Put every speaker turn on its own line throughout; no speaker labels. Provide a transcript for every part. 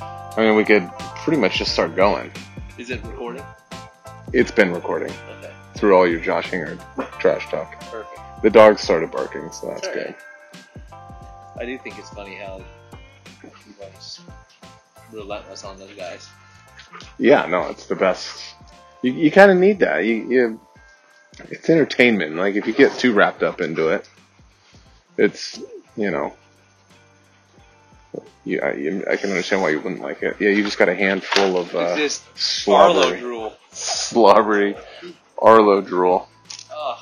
I mean, we could pretty much just start going.
Is it recording?
It's been recording
Okay,
through all your Josh Hingard trash talk.
perfect.
The dog started barking, so that's
It's all
good.
right. I do think it's funny how you guys relentless on those guys.
Yeah, no, it's the best. You, you kind of need that. You, you, it's entertainment. Like if you get too wrapped up into it, it's you know. You, I, you, I can understand why you wouldn't like it. Yeah, you just got a handful of
It's
uh,
this Arlo
slobbery,
drool.
slobbery Arlo drool.
Oh,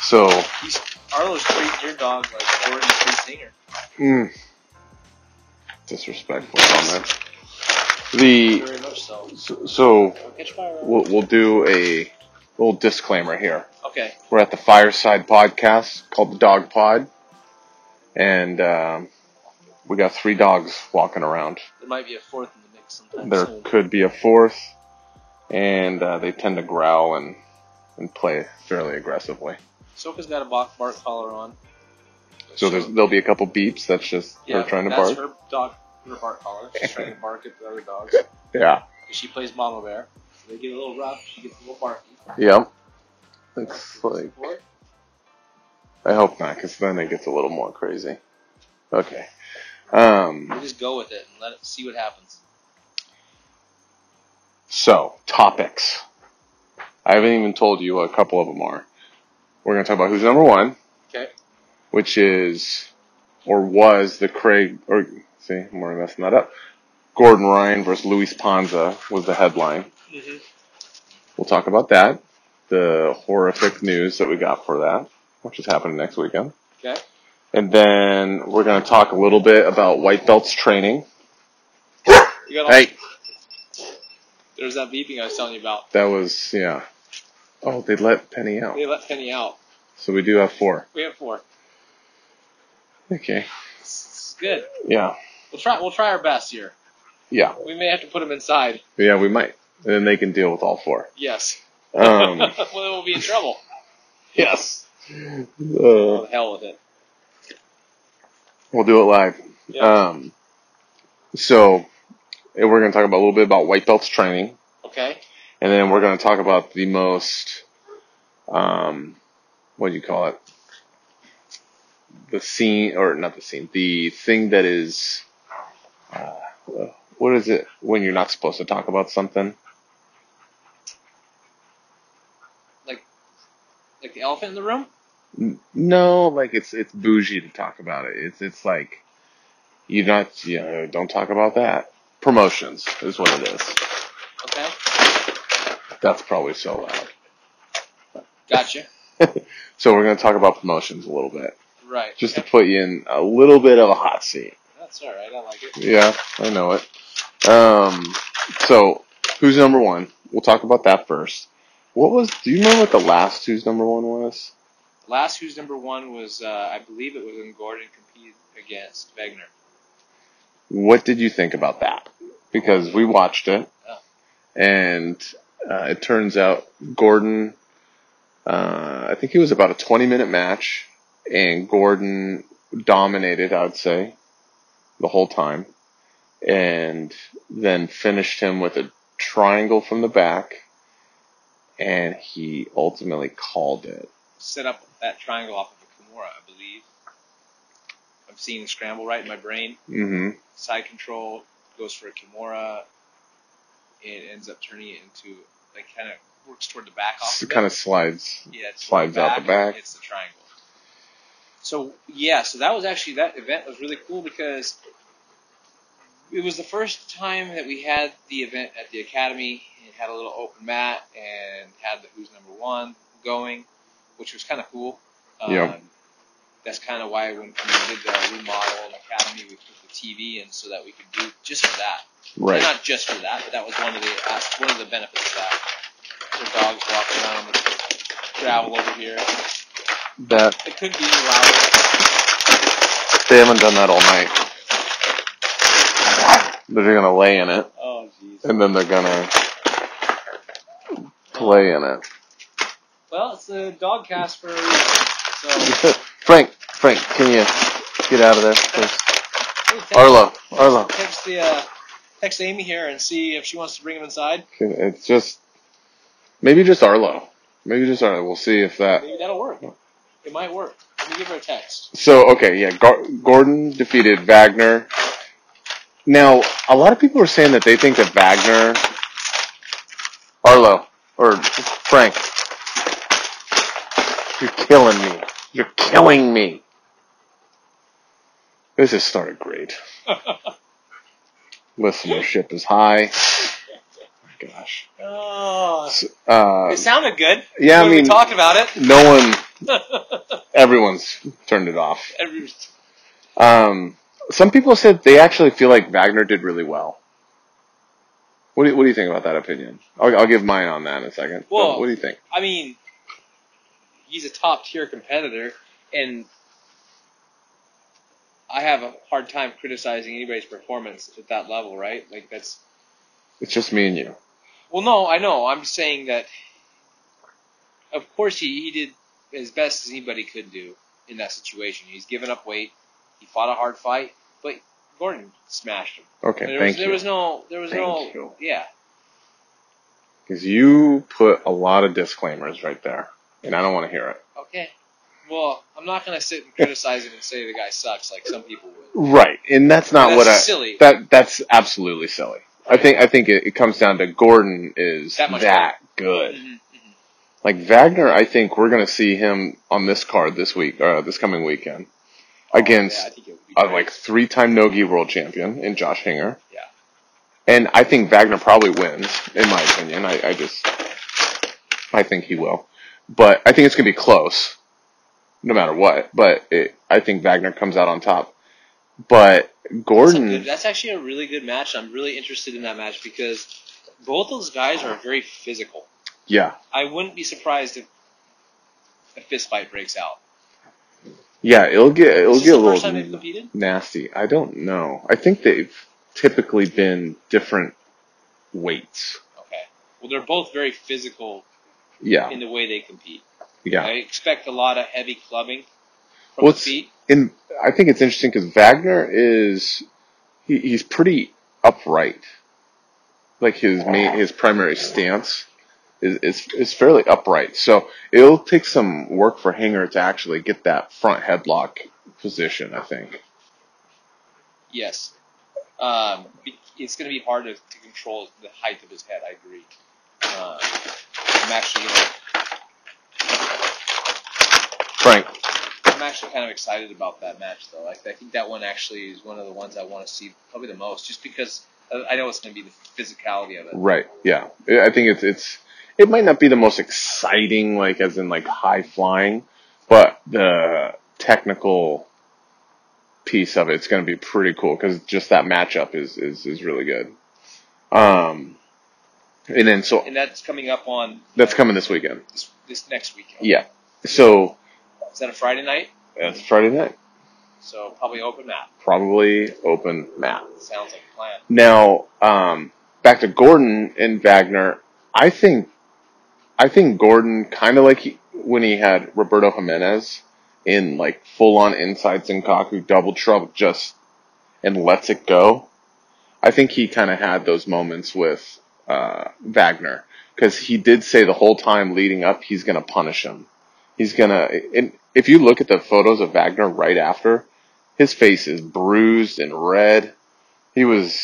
So,
he's, Arlo's treating your dog like Gordon Street Singer.
mm, disrespectful on that. The
Very much so.
so, so
Catch my Arlo.
we'll, we'll do a little disclaimer here.
Okay,
We're at the Fireside Podcast called the Dog Pod, and um, we got three dogs walking around.
there might be a fourth in the mix sometime
There
soon.
could be a fourth, and uh, they tend to growl and and play fairly aggressively.
Soka's got a bark, bark collar on.
So there's, there'll be a couple beeps. That's just her
yeah,
trying to
that's
bark.
her dog, her bark collar. She's trying to bark at the other dogs.
Yeah.
She plays Mama Bear. So they get a little rough. She gets a little barky.
Yep. It's like
What?
I hope not, because then it gets a little more crazy. Okay. Um.
We just go with it and let it see what happens.
So, topics. I haven't even told you what a couple of them are. We're going to talk about who's number one,
Okay.
which is, or was the Craig, or, see, I'm already messing that up. Gordon Ryan versus Luis Ponza was the headline.
Mm-hmm.
We'll talk about that, the horrific news that we got for that, which is happening next weekend.
Okay.
And then we're going to talk a little bit about white belts training.
You got all,
Hey,
There's that beeping I was telling you about.
that was, yeah. Oh, they let Penny out.
They let Penny out.
So we do have four.
We have four.
Okay.
It's good.
Yeah.
We'll try. We'll try our best here.
Yeah,
We may have to put them inside.
yeah, we might. And then they can deal with all four.
Yes.
Um,
well, then we'll be in trouble.
yes.
Oh,
Uh,
the hell with it.
we'll do it live.
Yeah.
Um, so, and we're going to talk about a little bit about white belts training,
okay.
and then we're going to talk about the most, um, what do you call it? The scene, or not the scene, the thing that is, uh, what is it when you're not supposed to talk about something?
Like the elephant in the room.
N- No, like it's it's bougie to talk about it. It's it's like you not you know, don't talk about that. Promotions is what it is.
Okay.
That's probably so loud.
Gotcha.
So we're gonna talk about promotions a little bit,
Right.
just to
okay.
put you in a little bit of a hot seat.
That's all right. I like it.
Yeah, I know it. Um, so who's number one? We'll talk about that first. What was? Do you know what the last who's number one was?
Last who's number one was uh, I believe it was when Gordon competed against Wegner.
What did you think about that? Because we watched it, and uh, it turns out Gordon, uh, I think it was about a 20 minute match, and Gordon dominated, I would say, the whole time, and then finished him with a triangle from the back, and he ultimately called it.
set up that triangle off of a Kimura, I believe. I'm seeing the scramble right in my brain.
hmm
Side control goes for a Kimura. It ends up turning it into like kind of works toward the back off.
It kind of slides.
yeah, it's
slides out the back.
It's the triangle. So yeah, so that was actually that event was really cool because it was the first time that we had the event at the academy and had a little open mat and had the who's number one going, which was kind of cool. Um,
Yeah.
That's kind of why when we did the remodel and academy, we put the TV in so that we could do just for that.
Right.
Not just for that, but that was one of the uh, one of the benefits of that. The dogs walking around with gravel over here.
That
It could be louder.
they haven't done that all night. They're gonna lay in it.
Oh jeez.
and then they're gonna play in it.
Well, it's a dog cast for a reason. So,
Frank, Frank, can you get out of there, please?
hey, text,
Arlo, Arlo.
text the uh, text Amy here and see if she wants to bring him inside.
Can- It's just maybe just Arlo. Maybe just Arlo. We'll see if that.
Maybe that'll work. It might work. Let me give her a text.
So okay, yeah. Gar- Gordon defeated Wagner. Now a lot of people are saying that they think that Wagner, Arlo, or Frank. You're killing me. You're killing me. This has started great. Listenership is high. Gosh.
Oh,
S- Uh,
it sounded good.
yeah, I
when we
mean,
talked about it.
no one everyone's turned it off.
Every-
Um, some people said they actually feel like Wagner did really well. What do you, what do you think about that opinion? I'll, I'll give mine on that in a second.
Well-
But what do you think?
I mean, he's a top tier competitor, and I have a hard time criticizing anybody's performance at that level, right? Like that's
It's just me and you.
well, no, I know. I'm saying that, of course, he, he did as best as anybody could do in that situation. He's given up weight. He fought a hard fight, but Gordon smashed him.
Okay,
there was
thank
there
you.
was no there was no
Thank you.
yeah.
Because you put a lot of disclaimers right there, and I don't want to hear it.
Okay. Well, I'm not gonna sit and criticize him and say the guy sucks like some people would.
Right, and that's not
That's
what I.
silly.
That that's absolutely silly. I think I think it, it comes down to Gordon is
That much
good.
Mhm.
Like Wagner, I think we're going to see him on this card this week, uh, this coming weekend, against
Oh, Yeah, I think it would be
a
great.
like three-time nogi world champion in Josh Hinger.
Yeah.
And I think Wagner probably wins, in my opinion. I, I just, I think he will, but I think it's going to be close, no matter what. But it, I think Wagner comes out on top. But
that's, a
Gordon,
good, that's actually a really good match. I'm really interested in that match because both those guys are very physical.
yeah,
I wouldn't be surprised if a fist fight breaks out.
yeah, it'll get, it'll
Is this
get a
the
little
first time they've competed?
nasty. I don't know. I think they've typically been different weights.
Okay. Well, they're both very physical
Yeah,
in the way they compete. I
yeah.
expect a lot of heavy clubbing from
Well,
the
it's-
feet.
And I think it's interesting because Wagner is he, he's pretty upright. Like his main, his primary stance is, is is fairly upright. So it'll take some work for Hanger to actually get that front headlock position. I think.
Yes. Um, be- it's going to be hard to, to control the height of his head. I agree. Uh, I'm actually gonna,
Frank.
I'm actually kind of excited about that match, though. I, I think that one actually is one of the ones I want to see probably the most, just because uh, I know it's going to be the physicality of it.
Right. Yeah. I I think it's it's it might not be the most exciting, like as in like high flying, but the technical piece of it's going to be pretty cool because just that matchup is is is really good. Um, and then so
And that's coming up on
that's coming this weekend.
this, this next weekend.
Yeah. So
Is that a Friday night?
that's Friday night,
So probably open map.
probably open mat.
Sounds like a plan.
Now, um, back to Gordon and Wagner. I think, I think Gordon kind of like he, when he had Roberto Jimenez in like full on inside Senkaku double trouble just and lets it go. I think he kind of had those moments with uh, Wagner because he did say the whole time leading up he's gonna punish him. He's gonna. And if you look at the photos of Wagner right after, his face is bruised and red. He was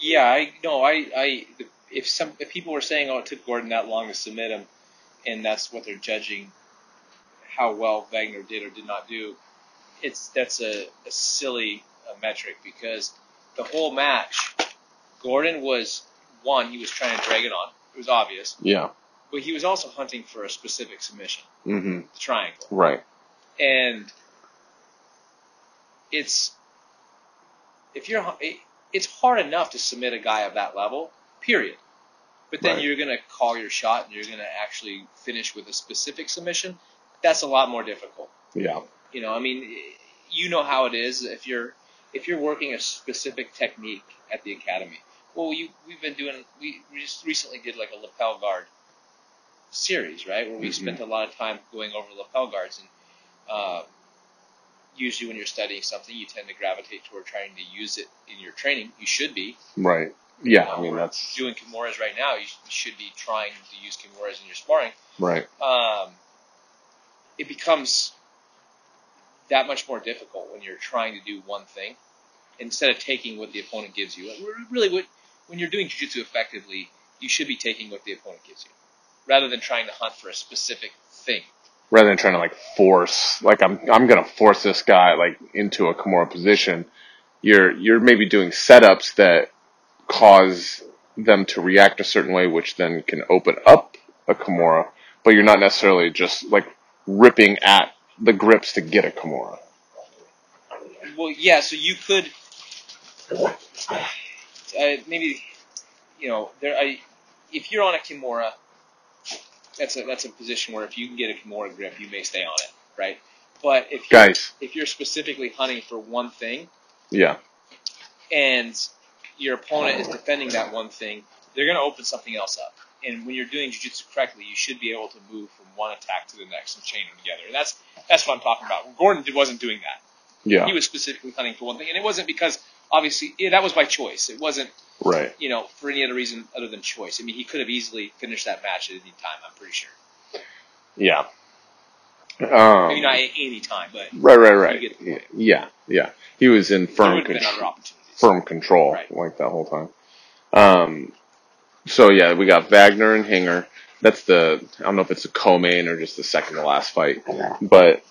Yeah, I no, I, I if some if people were saying, oh, it took Gordon that long to submit him, and that's what they're judging how well Wagner did or did not do. It's that's a, a silly uh metric because the whole match, Gordon was one. He was trying to drag it on. It was obvious,
yeah.
but he was also hunting for a specific submission,
hmm
the triangle
Right.
and it's if you're it- it's hard enough to submit a guy of that level period but then
Right.
you're going to call your shot and you're going to actually finish with a specific submission that's a lot more difficult
Yeah.
you know i mean you know how it is if you're if you're working a specific technique at the academy well you we've been doing we, we just recently did like a lapel guard series, right? Where we
Mhm.
spent a lot of time going over lapel guards, and uh, usually when you're studying something, you tend to gravitate toward trying to use it in your training. You should be.
Right. Yeah.
Uh,
I mean
we're
that's
doing kimuras right now. You sh- you should be trying to use kimuras in your sparring.
right.
Um, it becomes that much more difficult when you're trying to do one thing instead of taking what the opponent gives you. Really, what, when you're doing jujitsu effectively, you should be taking what the opponent gives you rather than trying to hunt for a specific thing.
Rather than trying to like force, like I'm, I'm gonna force this guy like into a Kimura position. You're, you're maybe doing setups that cause them to react a certain way, which then can open up a Kimura, but you're not necessarily just like ripping at the grips to get a Kimura.
Well, yeah. So you could uh, maybe you know there. I, if you're on a kimura, that's a that's a position where if you can get a kimura grip, you may stay on it, right? But if you're,
Guys,
if you're specifically hunting for one thing
yeah,
and your opponent is defending that one thing, they're going to open something else up. And when you're doing jiu-jitsu correctly, you should be able to move from one attack to the next and chain them together. And that's that's what I'm talking about. Gordon wasn't doing that he
yeah,
was specifically hunting for one thing, and it wasn't because obviously yeah, that was by choice. It wasn't
right.
you know for any other reason other than choice. I mean, he could have easily finished that match at any time. I'm pretty sure.
Yeah. Um,
Maybe not at any time, but
Right, right, right.
You get the point.
Yeah, yeah. He was in
there
firm
would have been other
control,
opportunities.
firm control
Right.
like that whole time. Um, so yeah, we got Wagner and Hinger. That's the I don't know if it's a co-main or just the second to last fight, but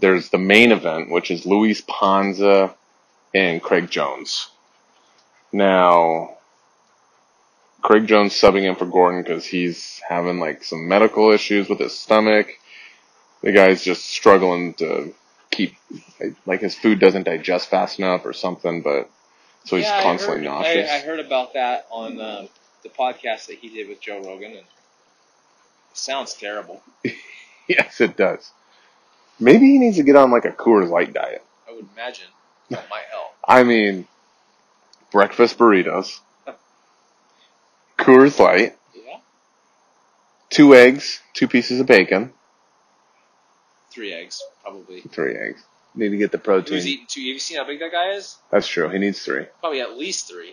there's the main event, which is Luis Ponza and Craig Jones. Now, Craig Jones subbing in for Gordon because he's having like some medical issues with his stomach. The guy's just struggling to keep like his food doesn't digest fast enough or something, but so he's
Yeah, I
constantly
heard-
nauseous.
I, I heard about that on uh, the podcast that he did with Joe Rogan, and it sounds terrible.
Yes, it does. Maybe he needs to get on like a Coors Light diet.
I would imagine that might help.
I mean, breakfast burritos, Coors Light,
Yeah,
two eggs, two pieces of bacon,
three eggs probably.
three eggs. Need to get the protein.
Who's eating two? Have you seen how big that guy is?
That's true. He needs three.
Probably at least three.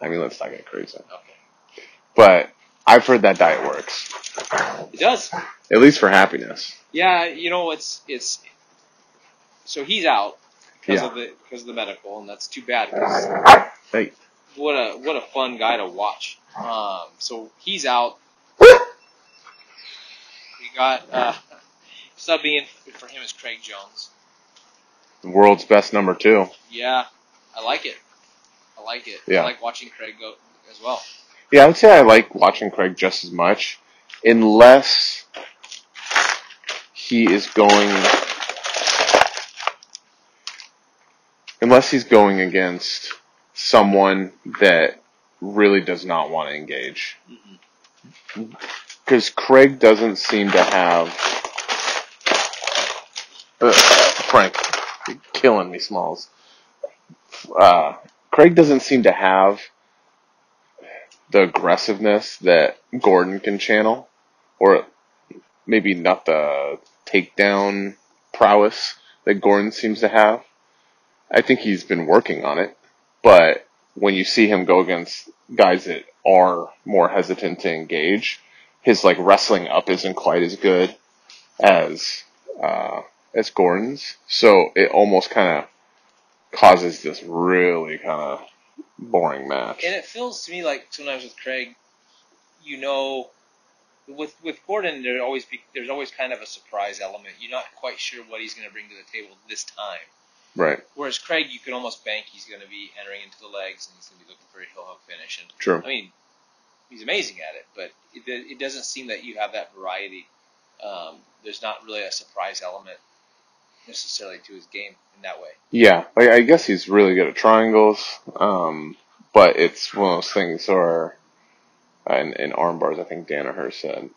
I mean, let's not get crazy.
Okay,
But I've heard that diet works,
it does.
at least for happiness.
Yeah, you know it's it's. So he's out because
Yeah.
of the because of the medical, and that's too bad. 'cause
Hey,
what a what a fun guy to watch. Um, so he's out. We got uh, subbing in for him is Craig Jones.
the world's best number two.
Yeah, I like it. I like it.
Yeah.
I like watching Craig go as well.
Yeah, I would say I like watching Craig just as much, unless he is going, unless he's going against someone that really does not want to engage. Because Craig doesn't seem to have. Ugh, Frank, you're killing me, Smalls. Uh, Craig doesn't seem to have the aggressiveness that Gordon can channel, or maybe not the takedown prowess that Gordon seems to have. I think he's been working on it, but when you see him go against guys that are more hesitant to engage, his like wrestling up isn't quite as good as uh, as Gordon's. So it almost kind of causes this really kind of boring match.
And it feels to me like sometimes with Craig, you know, with with Gordon, there always be there's always kind of a surprise element. You're not quite sure what he's going to bring to the table this time.
Right.
Whereas Craig, you can almost bank he's going to be entering into the legs and he's going to be looking for a heel hook finish. And
True.
I mean, he's amazing at it, but it, it doesn't seem that you have that variety. Um, there's not really a surprise element necessarily to his game in that way.
Yeah, like, I guess he's really good at triangles, um, but it's one of those things where, and in arm bars, I think Danaher said,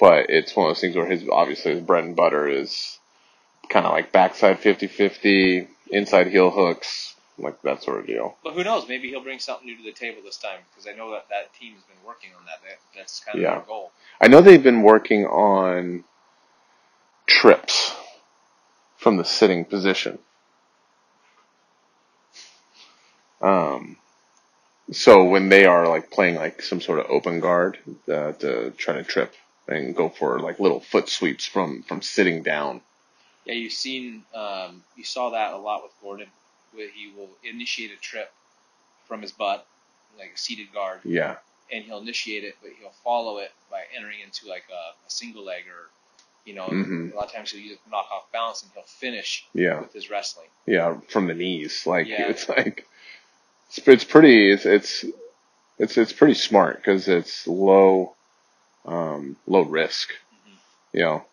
but it's one of those things where his obviously his bread and butter is kind of like backside 50-50, inside heel hooks, like that sort of deal.
But who knows? Maybe he'll bring something new to the table this time because I know that that team has been working on that. That- That's kind of
Yeah.
their goal.
I know they've been working on trips from the sitting position. Um, so when they are like playing like some sort of open guard, uh, to try to trip and go for like little foot sweeps from from sitting down.
Yeah, you've seen, um, you saw that a lot with Gordon, where he will initiate a trip from his butt, like a seated guard,
Yeah,
and he'll initiate it, but he'll follow it by entering into like a, a single leg or, you know,
Mhm.
a lot of times he'll use knock off balance and he'll finish
yeah,
with his wrestling.
yeah. From the knees, like
Yeah.
it's like it's, it's pretty. It's it's it's it's pretty smart because it's low um, low risk.
Mhm.
you know,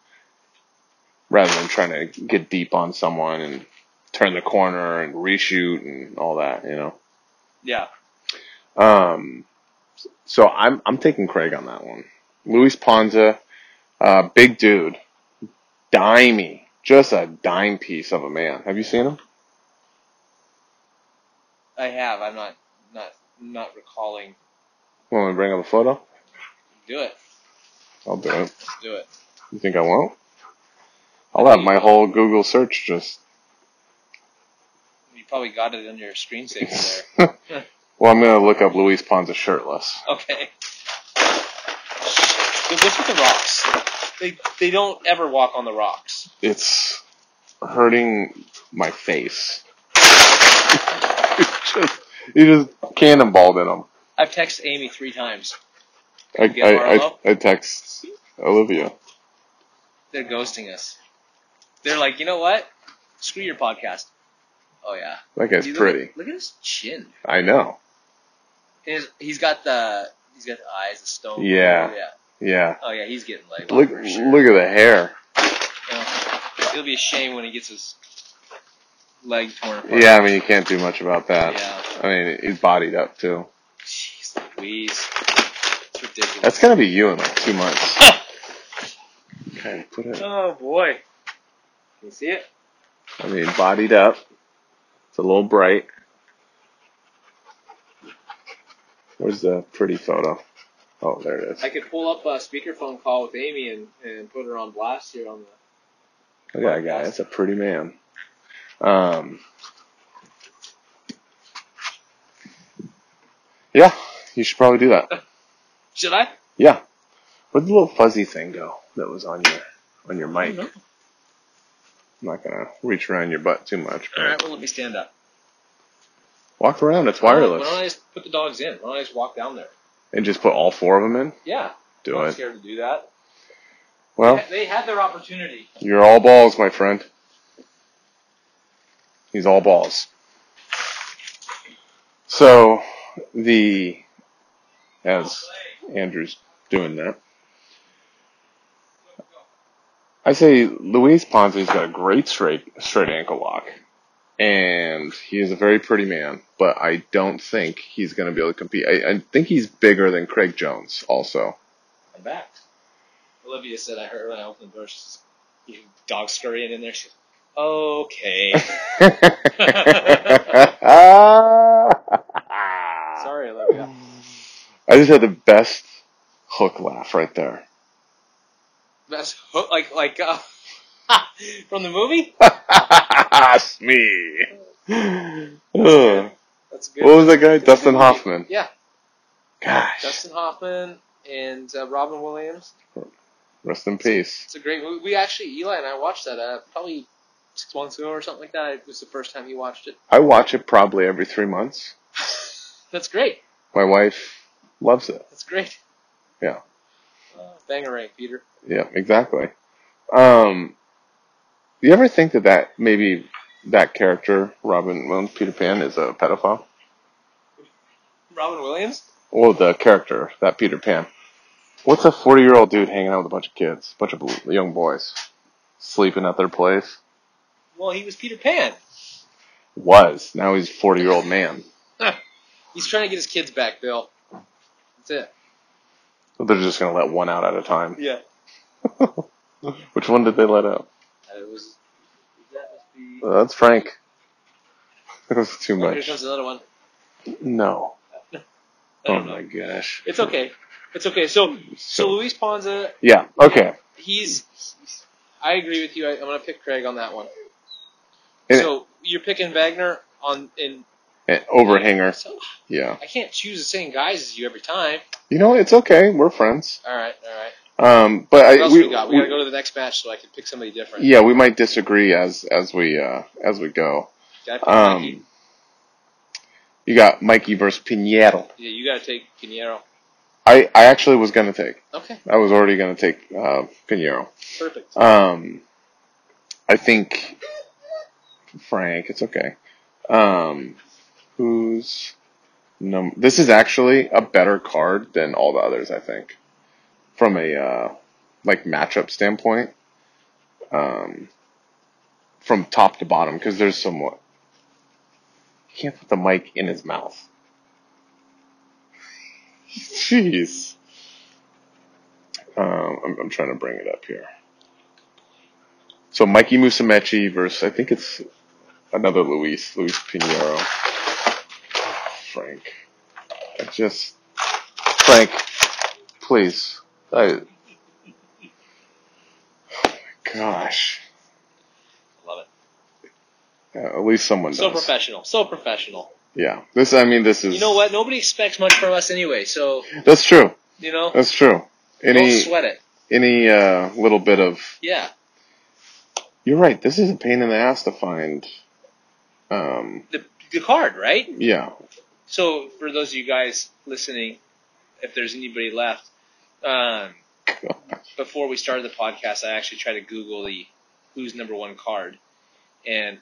rather than trying to get deep on someone and turn the corner and reshoot and all that, you know.
Yeah.
Um, so I'm I'm taking Craig on that one. Luis Ponza, uh, big dude, dimey, just a dime piece of a man. Have you seen him?
I have. I'm not not not recalling.
Want me to bring up a photo?
Do it.
I'll do it.
Let's do it.
You think I won't? I'll have my whole Google search just.
You probably got it in your screensaver
well, I'm gonna look up Luis Ponza shirtless.
there. Okay. Dude, look at the rocks. They they don't ever walk on the rocks.
it's hurting my face. just, he just cannonballed in him.
I've texted Amy three times.
I,
Get
I, I,
Marlo?
I text Olivia.
They're ghosting us. They're like, you know what? Screw your podcast. Oh yeah.
That guy's
Dude, look
pretty.
At, look at his chin.
I know.
His, he's got the he's got the eyes, the stone.
Yeah.
Yeah.
Yeah.
Oh yeah, he's getting laid.
Look,
for
look at
sure.
the hair.
Yeah. It'll be a shame when he gets his leg torn apart.
Yeah, I mean, you can't do much about that.
Yeah.
I mean, he's bodied up too.
Jeez Louise. It's ridiculous.
That's gonna be you in like two months. Okay, put it.
Oh boy. Can you see it?
I mean, bodied up. It's a little bright. Where's the pretty photo? Oh, there it is.
I could pull up a speakerphone call with Amy and, and put her on blast here on the.
Look at that guy. That's a pretty man. Um, yeah, you should probably do that.
Should I?
Yeah. Where'd the little fuzzy thing go that was on your on your mic? I'm not gonna reach around your butt too much. but
All right. Well, let me stand up.
Walk around. It's
Why don't I
wireless.
just put the dogs in? Why don't I just walk down there?
And just put all four of them in.
Yeah.
Do
I'm not
it.
scared to do that.
Well,
They had their opportunity.
you're all balls, my friend. He's all balls. So the as Andrew's doing that. I say Luis Ponzi's got a great straight straight ankle lock, and he is a very pretty man. But I don't think he's going to be able to compete. I, I think he's bigger than Craig Jones. Also,
I'm back. Olivia said I heard when I opened the door. She says, "You dog scurrying in there." She goes, "Okay."
I
Sorry, Olivia.
just had the best hook laugh right there.
That's ho- like like uh, from the movie.
That's me. Ugh.
That's good.
What was that guy?
That's a
Dustin
good movie.
Hoffman.
Yeah,
Gosh,
Dustin Hoffman and uh, Robin Williams.
rest in peace.
It's a great movie. We actually Eli and I watched that uh, probably six months ago or something like that. It was the first time he watched it.
I watch it probably every three months.
That's great.
My wife loves it.
That's great.
Yeah.
Uh, bangerang, Peter.
Yeah, exactly. Um, you ever think that that maybe that character, Robin Williams, Peter Pan, is a pedophile?
Robin Williams.
Well, the character, that Peter Pan. What's a 40 year old dude hanging out with a bunch of kids, bunch of bl- young boys, sleeping at their place?
Well, he was Peter Pan.
Was. Now he's a 40 year old man.
He's trying to get his kids back, Bill. That's it.
They're just going to let one out at a time.
Yeah.
Which one did they let out?
It was. That was the.
Uh, that's Frank. It was too
Oh, here
much.
comes another one.
No.
I
Oh
don't know.
my gosh.
It's okay. It's okay. So, so
So-
Luis Ponza,
Yeah. Okay.
he's. I agree with you. I, I'm going to pick Craig on that one.
And,
So you're picking Wagner on in.
and overhanger.
So
Eh, Yeah.
I can't choose the same guys as you every time.
You know, it's okay. We're friends.
All right, all right.
Um, but
What
I,
else
we,
we, got? We, gotta go to the next match so I can pick somebody different.
yeah, we might disagree as as we uh, as we go.
Gotta pick Mikey.
Um, you got Mikey versus Pinheiro.
yeah, you gotta take Pinheiro.
I, I actually was gonna take.
Okay,
I was already gonna take uh, Pinheiro.
perfect.
Um, I think Frank. It's okay. Um, who's num? This is actually a better card than all the others. I think from a uh, like matchup standpoint, um, from top to bottom because there's some. You can't put the mic in his mouth. Jeez. Um, I'm, I'm trying to bring it up here. So Mikey Musumeci versus I think it's another Luis, Luis Pinheiro. Frank. I just Frank, please. I gosh.
Love it.
Uh, at least someone
So
does.
professional. So professional.
Yeah. This I mean this is
You know what? Nobody expects much from us anyway. So
That's true.
you know,
That's true.
don't
Any
sweat it.
any uh little bit of
Yeah.
You're right, this is a pain in the ass to find um
The the card, right?
yeah.
So for those of you guys listening, if there's anybody left, um, before we started the podcast, I actually tried to Google the who's number one card, and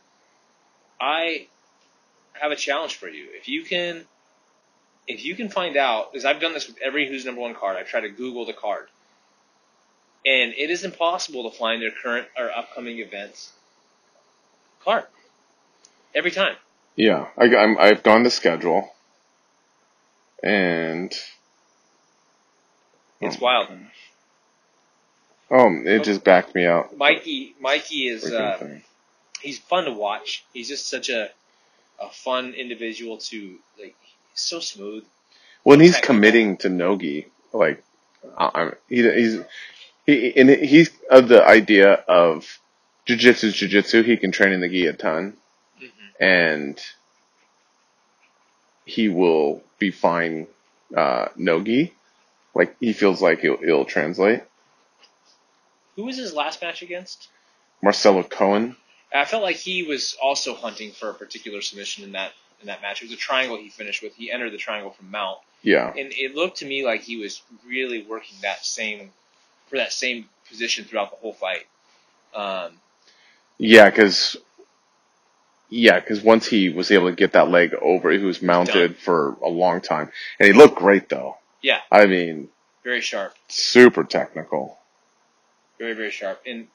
I have a challenge for you. If you can, if you can find out, because I've done this with every who's number one card, I've tried to Google the card, and it is impossible to find their current or upcoming events card every time.
Yeah, I, am I've gone to schedule, and
It's
Oh,
wild.
Um, it just backed me out.
Mikey, Mikey is.
Freaking
Uh,
thing.
he's fun to watch. He's just such a a fun individual to like. He's so smooth.
When he's
technical.
committing to Nogi, like I, I'm, he, he's he and he's of the idea of jujitsu, jujitsu. He can train in the gi a ton, and he will be fine. Uh, Nogi, like he feels like he'll, he'll translate.
Who was his last match against?
Marcelo Cohen.
I felt like he was also hunting for a particular submission in that in that match. It was a triangle he finished with. He entered the triangle from mount,
Yeah.
and it looked to me like he was really working that same for that same position throughout the whole fight. Um,
Yeah, because yeah, 'cause once he was able to get that leg over, he was mounted for a long time, and he looked great though.
Yeah.
I mean,
very sharp,
super technical.
very very sharp, and.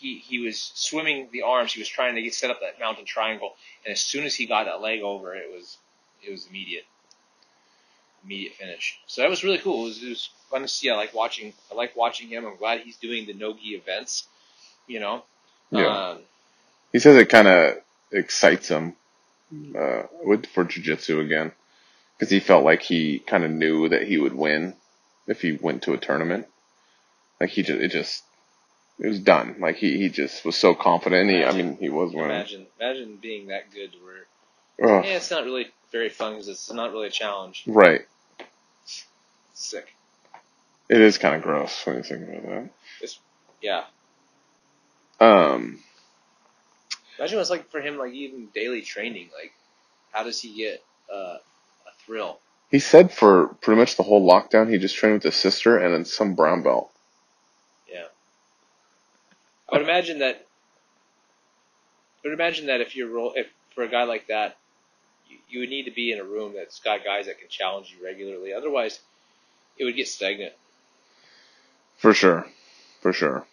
He, he was swimming the arms. He was trying to get set up that mountain triangle, and as soon as he got that leg over, it was it was immediate, immediate finish. So that was really cool. It was, it was fun to see. I like watching. I like watching him. I'm glad he's doing the nogi events. You know,
Yeah,
um,
he says it kind of excites him
Mm.
uh, with for jujitsu again, because he felt like he kind of knew that he would win if he went to a tournament. Like he just, it just, it was done. Like he, he just was so confident. And he, I mean, he was winning.
imagine imagine being that good. Where
Ugh,
yeah, it's not really very fun 'cause it's not really a challenge.
right.
sick.
It is kind of gross when you think about that.
Yeah.
Um,
Imagine what it's like for him, like even daily training. Like, how does he get uh, a thrill?
he said for pretty much the whole lockdown, he just trained with his sister and then some brown belt.
I would imagine that. I would imagine that if you're roll, if for a guy like that, you, you would need to be in a room that's got guys that can challenge you regularly. Otherwise, it would get stagnant.
For sure, for sure.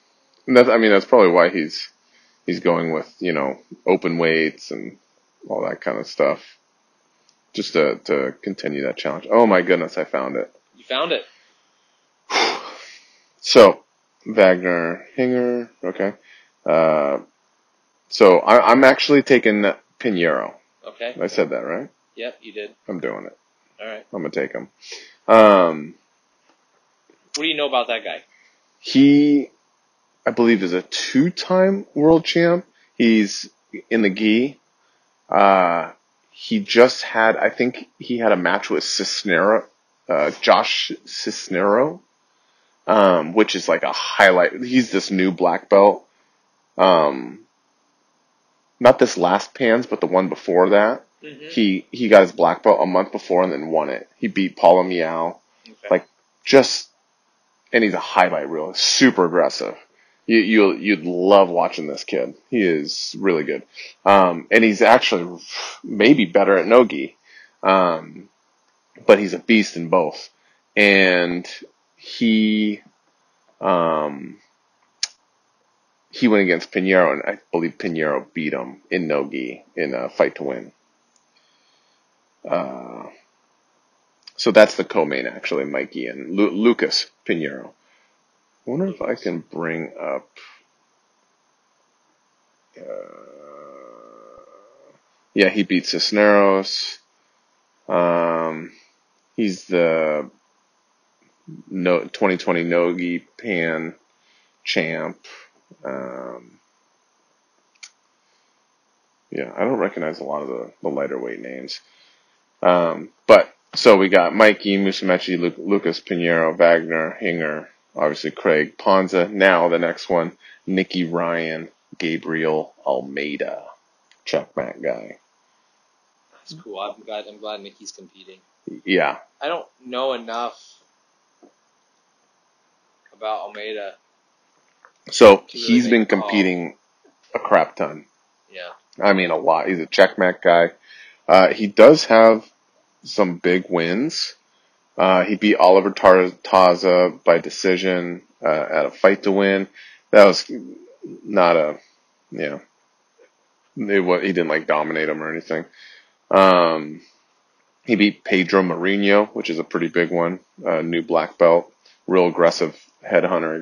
And that's, I mean, that's probably why he's he's going with you know open weights and all that kind of stuff, just to to continue that challenge. Oh my goodness, I found it.
You found it.
So Wagner Hinger, okay. Uh, so I, I'm actually taking Pinheiro.
Okay.
I said that, right?
Yep, you did.
I'm doing it.
All right.
I'm gonna take him. Um,
What do you know about that guy?
he, I believe, is a two-time world champ. He's in the gi. Uh, he just had, I think, he had a match with Cisnero, uh, Josh Cisnero, um, which is like a highlight. He's this new black belt. Um, not this last Pans, but the one before that.
Mm-hmm.
He he got his black belt a month before and then won it. He beat Paulo Miao
Okay.
like- just and he's a highlight reel, super aggressive. You you you'd love watching this kid. He is really good, um, and he's actually maybe better at nogi, um, but he's a beast in both. And he um, he went against Pinheiro, and I believe Pinheiro beat him in nogi in a fight to win. Uh, so that's the co-main actually, Mikey and Lu- Lucas Pinheiro. I wonder if I can bring up. Uh, yeah, he beat Cisneros. Um, he's the no 2020 Nogi Pan champ. Um, yeah, I don't recognize a lot of the, the lighter weight names. Um, but so we got Mikey, Musumeci, Lu- Lucas Pinheiro, Wagner, Hinger, obviously Craig, Ponza. Now the next one, Nikki Ryan, Gabriel Almeida, Chuck Matt guy.
That's cool. I'm glad. I'm glad Nikki's competing.
Yeah,
I don't know enough about Almeida.
so
He really
he's been
made the call.
competing a crap ton.
Yeah.
I mean, a lot. He's a check checkmate guy. Uh, he does have some big wins. Uh, he beat Oliver Tar- Taza by decision uh, at a fight to win. That was not a, yeah. It wa he didn't like dominate him or anything. Um, he beat Pedro Mourinho, which is a pretty big one. Uh, new black belt, real aggressive headhunter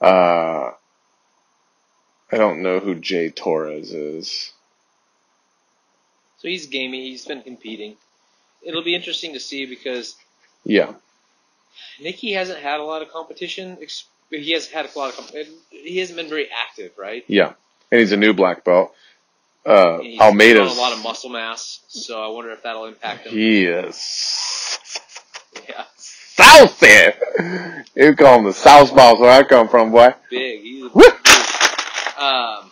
guy. Uh, I don't know who Jay Torres is.
So he's gaming. He's been competing. It'll be interesting to see because
Yeah,
Nikki hasn't had a lot of competition. ex- He has had a lot of. Comp- he hasn't been very active, right?
yeah, and he's a new black belt. Uh,
And he's
Almeida's
grown a lot of muscle mass, so I wonder if that'll impact him.
He is
yeah,
Southie. You call him the South Balls where I come from, boy.
big. He's a big
Woo!
dude. Um,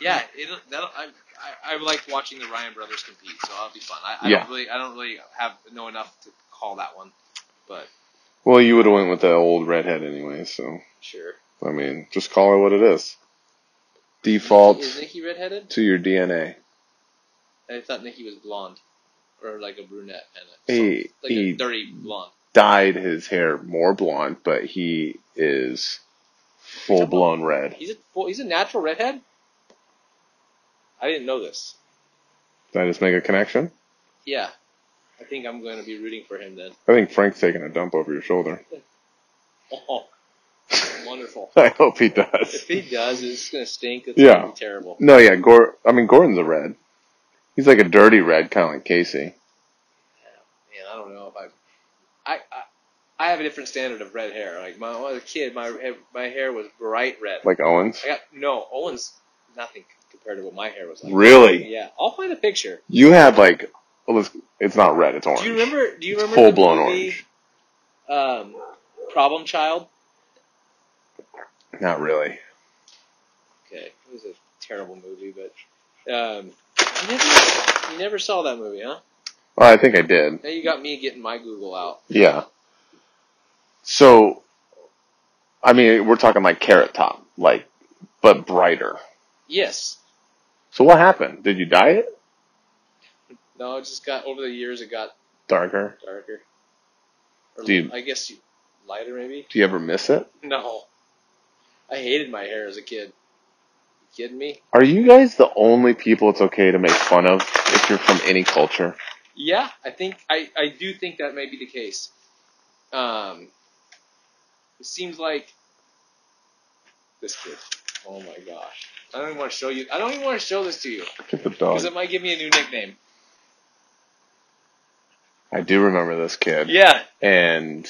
yeah, it'll, that'll, I, I I like watching the Ryan brothers compete, so that'll be fun. I, I
Yeah.
don't really I don't really have know enough to call that one, but
Well, you would have went with the old redhead anyway, so
sure.
I mean, just call her what it is. Default
Is Nikki redheaded?
to your DNA.
I thought Nikki was blonde, or like a brunette, and a,
He
like a
he
dirty blonde.
dyed his hair more blonde, but he is full blown red.
He's a full- he's a natural redhead. I didn't know this.
Did I just make a connection?
Yeah, I think I'm going to be rooting for him then.
I think Frank's taking a dump over your shoulder.
Oh, wonderful.
I hope he does.
If he does, it's going to stink. It's
Yeah.
going to be terrible.
No, yeah, Gor. I mean, Gordon's a red. He's like a dirty red, kind of like Casey.
Man, I don't know if I, I, I, I have a different standard of red hair. Like my, when I was a kid, my ha- my hair was bright red.
Like Owens.
I got no Owen's nothing compared to what my hair was like.
Really?
Yeah, I'll find a picture.
You have like, well, it's, it's not red, it's orange.
Do you remember? Do you remember
Full
the
blown
movie,
orange.
Um, Problem Child.
Not really.
Okay, it was a terrible movie, but um, you never, you never saw that movie, huh?
Well, I think I did.
Now you got me getting my Google out.
Yeah. So, I mean, we're talking like carrot top, like, but brighter.
Yes.
So what happened? Did you dye it
No, it just got over the years. It got
darker?
darker. Or,
Dude.
I guess you, lighter maybe.
Do you ever miss it?
No, I hated my hair as a kid. You kidding me?
Are you guys the only people it's okay to make fun of if you're from any culture?
Yeah, I think I, I do think that may be the case. Um, it seems like this kid. Oh my gosh. I don't even want to show you. I don't even want to show this to you
Get the
because
dog.
it might give me a new nickname.
I do remember this kid.
Yeah.
And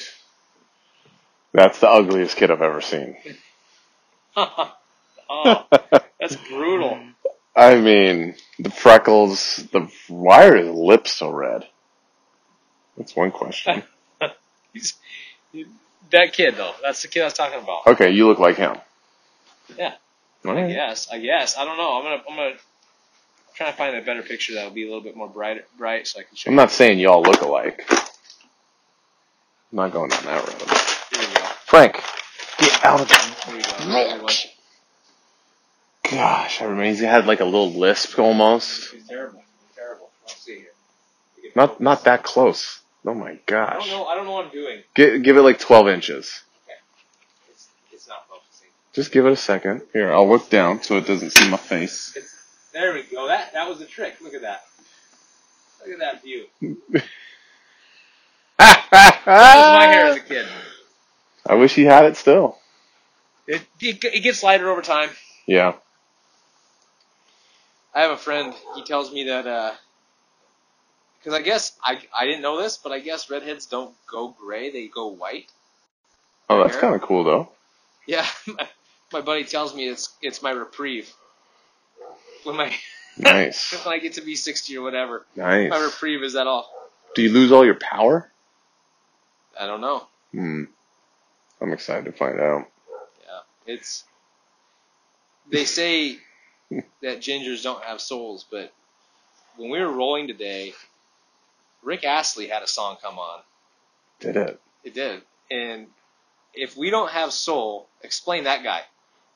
that's the ugliest kid I've ever seen.
oh, that's brutal.
I mean, the freckles, the, why are his lips so red? That's one question.
He's, that kid though. That's the kid I was talking about.
Okay, you look like him.
Yeah.
All
I
right.
guess. I guess. I don't know. I'm gonna. I'm gonna try to find a better picture that'll be a little bit more bright, bright, so I can show.
I'm
you.
not saying y'all look alike. I'm not going down that road.
Here we go.
Frank, get out of the
Here we go. Here we go.
Gosh, I remember he had like a little lisp almost.
It's terrible. Terrible. Let's see here. We can-
Not not that close. Oh my
I don't
gosh.
know. I don't know what I'm doing.
Gi- give it like 12 inches.
It's, it's not focusing.
Just give it a second. Here, I'll look down so it doesn't see my face.
It's, there we go. That that was the trick. Look at that. Look at that view. That was my hair as a kid.
I wish he had it still.
It, it it gets lighter over time.
Yeah.
I have a friend. He tells me that because I guess I I didn't know this, but I guess redheads don't go gray; they go white.
Oh, that's
Hair?
kind of cool though.
Yeah, my, my buddy tells me it's it's my reprieve when my
Nice.
when I get to be sixty or whatever. My
Nice.
reprieve is that all?
Do you lose all your power?
I don't know.
Hmm. I'm excited to find out.
Yeah, it's. They say that gingers don't have souls, but when we were rolling today, Rick Astley had a song come on.
Did it.
It did. And if we don't have soul, explain that guy.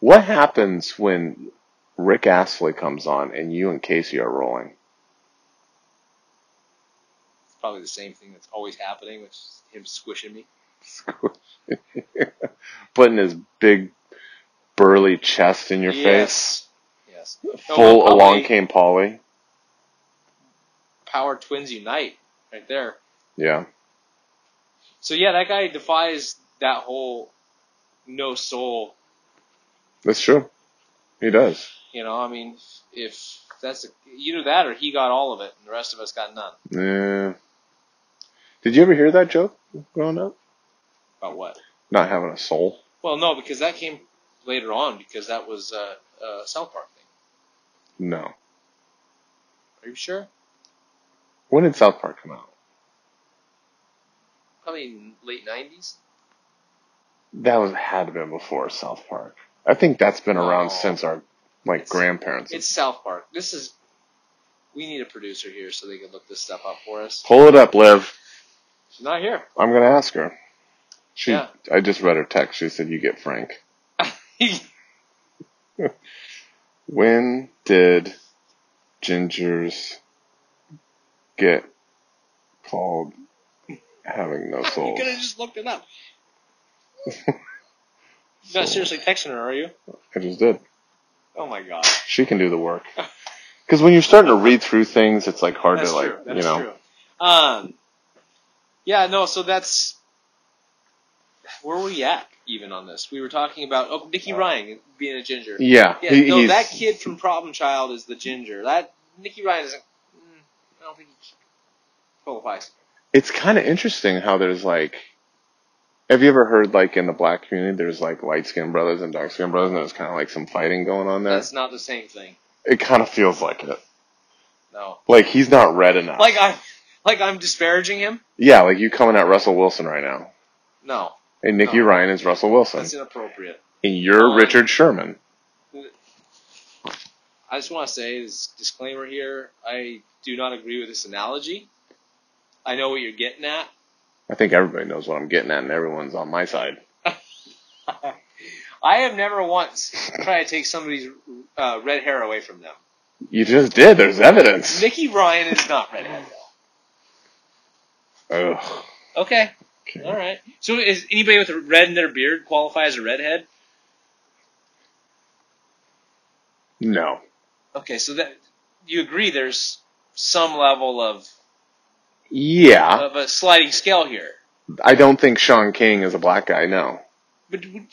What happens when Rick Astley comes on and you and Casey are rolling?
It's probably the same thing that's always happening, which is him squishing me.
Putting his big burly chest in your
yes. Yes.
face. Full
well,
along
probably-
came Polly.
Power twins unite right there.
Yeah.
So yeah, that guy defies that whole no soul.
That's true. He does.
You know, I mean, if that's either that or he got all of it and the rest of us got none.
Yeah. Did you ever hear that joke growing up?
About what?
Not having a soul.
Well, no, because that came later on because that was a, a South Park thing.
No.
Are you sure?
When did South Park come out?
Probably late '90s.
That was had to been before South Park. I think that's been around
No.
since our like
It's-
grandparents.
It's South Park. This is. We need a producer here so they can look this stuff up for us.
Pull it up, Liv.
She's not here.
I'm gonna ask her. She,
Yeah.
I just read her text. She said, "You get Frank." When did gingers get called having no
you
souls?
could have just looked it up. You're not seriously texting her, are you?
I just did.
Oh my god.
She can do the work. Because when you're starting to read through things, it's like hard
That's
to like
true. That's
you know.
true. Um. Yeah. No. So that's. Where were we at even on this? We were talking about oh Nikki Ryan being a ginger.
Yeah,
Yeah,
Uh, he-
no,
he's-
that kid from Problem Child is the ginger. That Nikki Ryan isn't. mm, I don't think he qualifies.
it's kind of interesting how there's like. Have you ever heard like in the black community, there's like light skinned brothers and dark skinned brothers, and there's kind of like some fighting going on there.
That's not the same thing.
it kind of feels like it.
No.
Like he's not red enough.
Like I'm, like I'm disparaging him.
yeah, like you coming at Russell Wilson right now,
No,
and Nikki
No.
Ryan is Russell Wilson,
that's inappropriate.
and you're
Oh, I-
Richard Sherman.
I just want to say this disclaimer here. I do not agree with this analogy. I know what you're getting at.
I think everybody knows what I'm getting at, and everyone's on my side.
I have never once tried to take somebody's uh, red hair away from them.
You just did. There's evidence.
Nikki Ryan is not redhead though.
Ugh.
Okay.
Okay.
All right. So is anybody with a red in their beard qualify as a redhead?
No.
Okay, so that you agree there's some level of
Yeah.
of a sliding scale here.
I don't think Sean King is a black guy, no.
But would-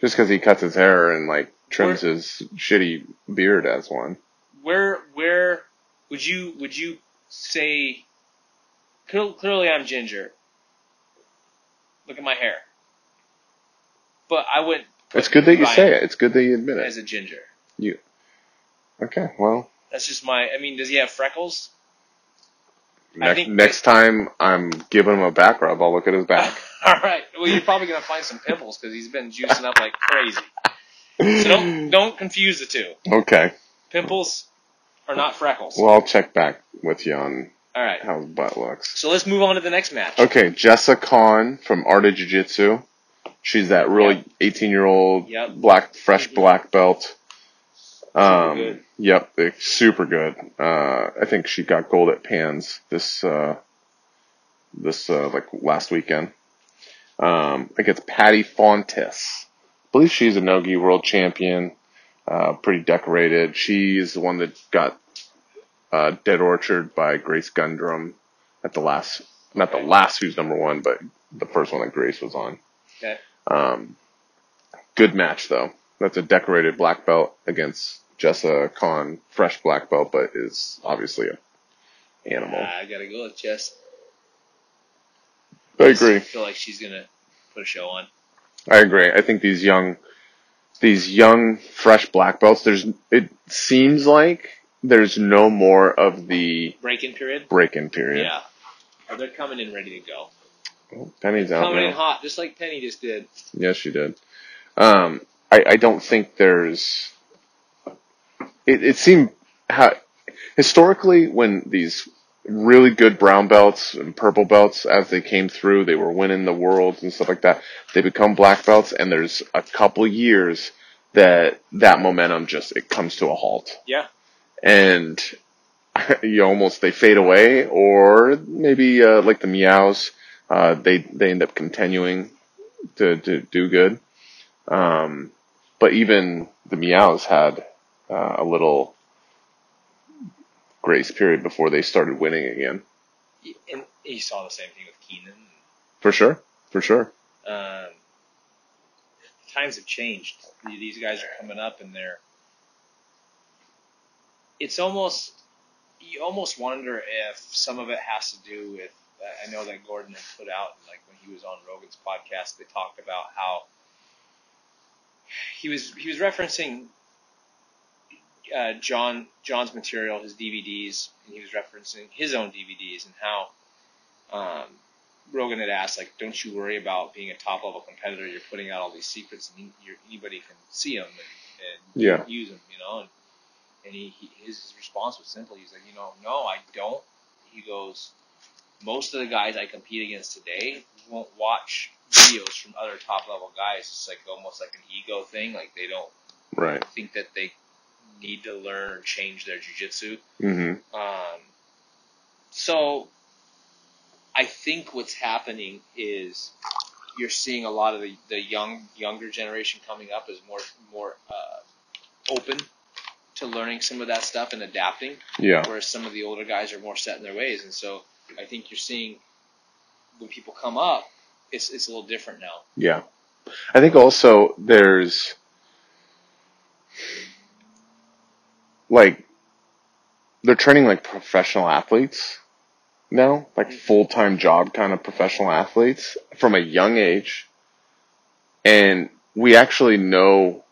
Just because he cuts his hair and like trims his shitty beard as one.
where where would you would you say clear- clearly I'm ginger. Look at my hair. But I wouldn't put
It's good that you
Ryan
say it. It's good that you admit it.
as a ginger.
Okay, well,
That's just my I mean, does he have freckles? I
next,
think-
next time I'm giving him a back rub, I'll look at his back.
All right. Well, you're probably going to find some pimples cuz he's been juicing up like crazy. So don't don't confuse the two.
okay,
Pimples are not freckles.
well, I'll check back with you on
All right.
how his butt looks.
So let's move on to the next match.
Okay, Jessa Khan from Arte Jiu Jitsu. She's that really
Yep.
18 year old
Yep.
black, fresh
Mhm.
black belt. Um,
Super good.
Yep, it's super good. Uh, I think she got gold at Pans this uh, this uh, like last weekend. Um, against Patty Fontes. I believe she's a Nogi world champion. Uh, pretty decorated. She's the one that got uh, Dead Orchard by Grace Gundrum at the last, not the
Okay.
last who's number one, but the first one that Grace was on.
Okay.
Um, good match though. That's a decorated black belt against Jessa Khan, fresh black belt, but is obviously a animal.
I got to go with Jess.
I agree.
I feel like she's going to put a show on.
I agree. I think these young, these young fresh black belts. There's. It seems like there's no more of the
Break-in period?
break-in period.
Yeah. Oh, They're coming in ready to go.
Oh, Penny's out
Coming
now.
in hot, just like Penny just did.
Yes, she did. Um, I, I don't think there's. It, it seemed how historically when these really good brown belts and purple belts as they came through, they were winning the worlds and stuff like that. They become black belts, and there's a couple years that that momentum just it comes to a halt.
Yeah.
and you almost they fade away, or maybe uh, like the meows, uh, they they end up continuing to, to do good. Um, but even the meows had uh, a little grace period before they started winning again.
And you saw the same thing with Keenan.
For sure, for sure.
Um, times have changed. These guys are coming up, and they're. It's almost you almost wonder if some of it has to do with. I know that Gordon had put out, like when he was on Rogan's podcast, they talked about how he was he was referencing uh, John John's material, his DVDs, and he was referencing his own DVDs and how um, Rogan had asked, like, don't you worry about being a top level competitor? You're putting out all these secrets, and you anybody can see them and, and
Yeah.
use them, you know. And, and he, he his response was simple. He's like, you know, no, I don't. He goes, most of the guys I compete against today won't watch videos from other top level guys. It's like almost like an ego thing. Like they don't
Right.
think that they need to learn or change their jujitsu.
hmm
Um, so I think what's happening is you're seeing a lot of the, the young younger generation coming up is more more uh, open to learning some of that stuff and adapting,
Yeah.
whereas some of the older guys are more set in their ways. And so I think you're seeing when people come up, it's it's a little different now.
Yeah. I think also there's like they're training like professional athletes now, like full time job kind of professional athletes from a young age. And we actually know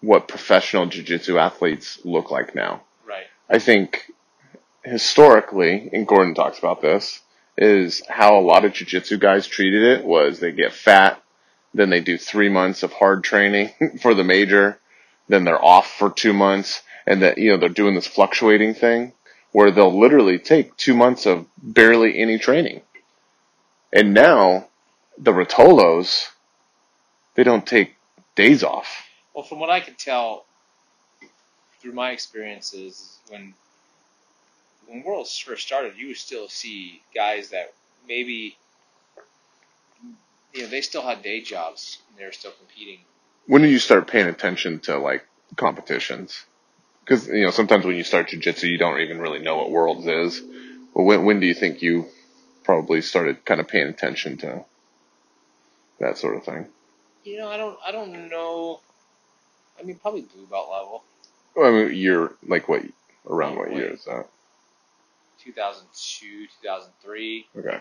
what professional jiu jitsu athletes look like now.
Right.
I think historically, and Gordon talks about this, is how a lot of jujitsu guys treated it was they get fat, then they do three months of hard training for the major, then they're off for two months, and that you know they're doing this fluctuating thing where they'll literally take two months of barely any training. And now the Rotolos, they don't take days off.
Well, from what I can tell through my experiences, when when Worlds first started, you would still see guys that maybe you know they still had day jobs and they were still competing.
when did you start paying attention to like competitions? Because you know sometimes when you start jujitsu, you don't even really know what worlds is. But when when do you think you probably started kind of paying attention to that sort of thing?
You know, I don't I don't know I mean, probably blue belt level.
Well, I mean, you're like what around what year is that?
2002, 2003.
Okay.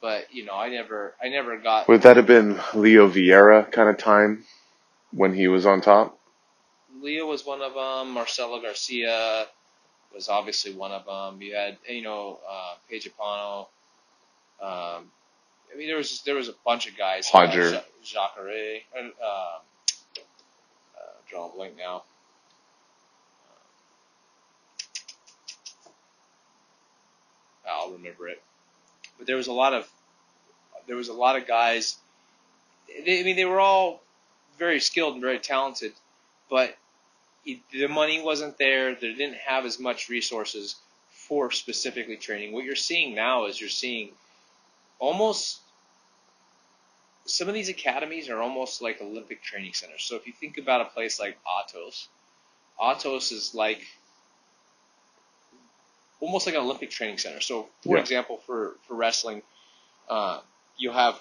But you know, I never, I never got.
Would that have been Leo Vieira kind of time when he was on top?
Leo was one of them. Marcelo Garcia was obviously one of them. You had, you know, uh, Paige Apano. Um, I mean, there was there was a bunch of guys.
Hodger.
Uh, Ja- Jacare. uh, Um, uh, drawing a blank now. Uh, I'll remember it. But there was a lot of there was a lot of guys. They, I mean, they were all very skilled and very talented, but it- the money wasn't there. They didn't have as much resources for specifically training. What you're seeing now is you're seeing almost some of these academies are almost like Olympic training centers. So if you think about a place like Atos, Atos is like almost like an Olympic training center. So for
Yeah.
example, for for wrestling, uh, you'll have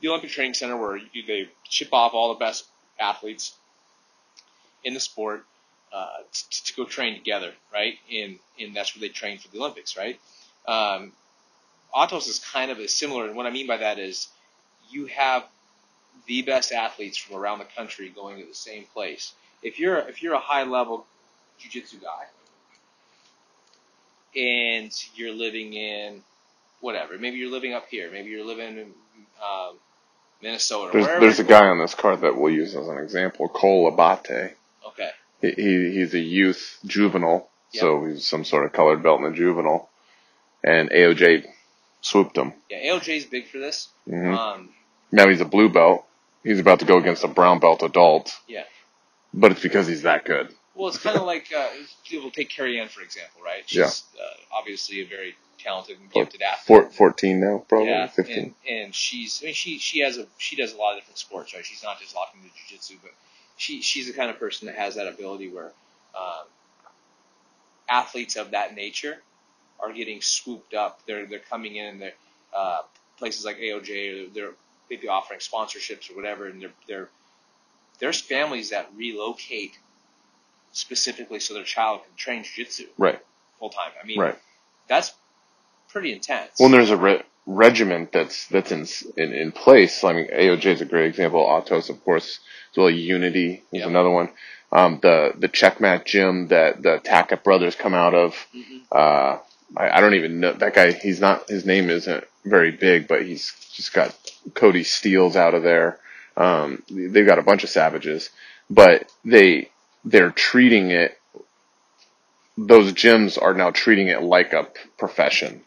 the Olympic training center where you, they chip off all the best athletes in the sport uh, to, to go train together, right? And and that's where they train for the Olympics, right? Um, Autos is kind of a similar, and what I mean by that is you have the best athletes from around the country going to the same place. If you're if you're a high level jujitsu guy and you're living in whatever, maybe you're living up here, maybe you're living in um, Minnesota.
There's
wherever
there's a
you're-
guy on this card that we'll use as an example, Cole Abate.
Okay.
He, he he's a youth juvenile,
Yeah.
so he's some sort of colored belt and a juvenile, and AOJ swooped him.
Yeah, ALJ's big for this.
hmm
Um,
Now he's a blue belt. He's about to go against a brown belt adult.
Yeah.
But it's because he's that good.
well, it's kind of like uh, we'll take Carrie Ann for example, right? She's uh, obviously a very talented and gifted athlete.
Four, 14 now, probably
yeah,
15.
And, and she's I mean she she has a she does a lot of different sports, right? She's not just locked into jujitsu, but she she's the kind of person that has that ability where um, athletes of that nature are getting swooped up. They're they're coming in and they're uh, places like AOJ or they're maybe offering sponsorships or whatever, and they're they're there's families that relocate specifically so their child can train jujitsu
Right.
full time. I mean,
Right.
that's pretty intense.
Well, and there's a re- regiment that's that's in, in in place. I mean, AOJ is a great example. Autos, of course, as well. Unity is
Yeah.
another one. Um, the the Checkmat gym that the Tackett brothers come out of.
Mhm.
Uh, I, I don't even know that guy. He's not his name isn't very big, but he's just got Cody Steele's out of there. Um, they've got a bunch of savages, but they they're treating it. Those gyms are now treating it like a p- profession.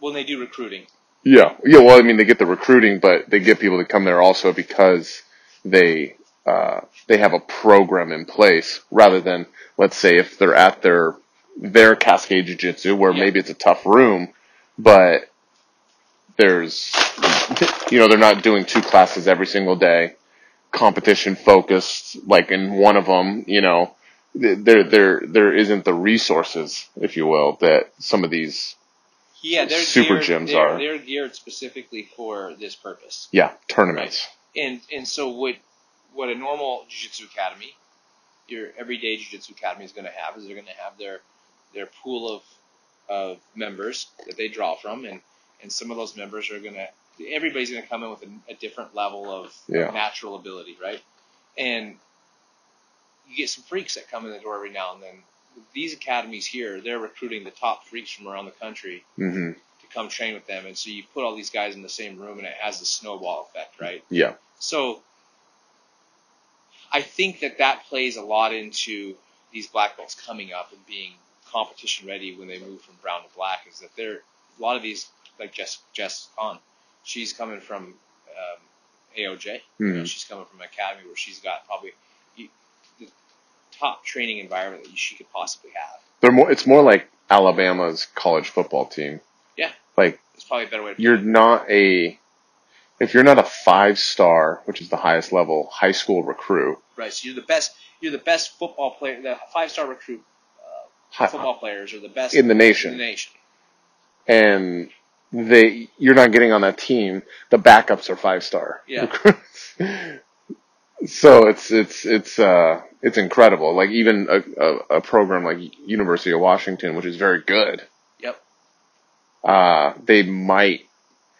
when they do recruiting.
Yeah, yeah. Well, I mean, they get the recruiting, but they get people to come there also because they uh, they have a program in place rather than let's say if they're at their their Cascade Jiu Jitsu where
Yeah.
maybe it's a tough room, but there's you know they're not doing two classes every single day, competition focused. Like in one of them, you know, th- there there there isn't the resources, if you will, that some of these
Yeah, they're
Super
geared,
gyms
they're,
are.
They're geared specifically for this purpose,
yeah tournaments.
and and so what what a normal jiu-jitsu academy, your everyday jiu-jitsu academy is going to have is they're going to have their their pool of of members that they draw from, and and some of those members are going to everybody's going to come in with a, a different level of
Yeah.
natural ability, right? And you get some freaks that come in the door every now and then. These academies here, they're recruiting the top freaks from around the country
hmm
to come train with them. And so you put all these guys in the same room and it has the snowball effect, right?
Yeah.
So I think that that plays a lot into these black belts coming up and being competition ready when they move from brown to black is that they're a lot of these, like Jess, Jess on, she's coming from um, AOJ. You know,
hmm
she's coming from an academy where she's got probably you, the top training environment that she could possibly have.
They're more. It's more like Alabama's college football team.
Yeah.
Like
It's probably a better way to
you're not a, if you're not a five star, which is the highest level high school recruit,
Right. So you're the best. You're the best football player. The five star recruit
hi-
football players are the best
in the
in
nation,
the nation.
and they you're not getting on that team. The backups are five star
Yeah.
recruits. so it's it's it's uh it's incredible. Like even a, a, a program like University of Washington, which is very good.
Yep.
Uh, they might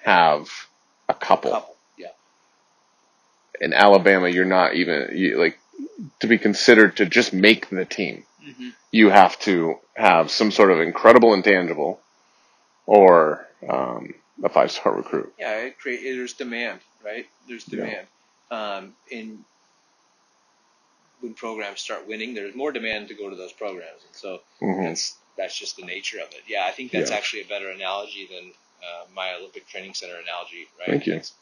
have a couple.
Couple. Yeah.
In Alabama, you're not even you, like to be considered to just make the team.
Mm-hmm.
You have to have some sort of incredible intangible, or um, a five star recruit.
Yeah, it create, there's demand, right? There's
Yeah.
demand. Um, in when programs start winning, there's more demand to go to those programs, and so
hmm
that's that's just the nature of it. Yeah, I think that's
Yeah.
actually a better analogy than uh, my Olympic Training Center analogy. Right?
Thank you.
That's-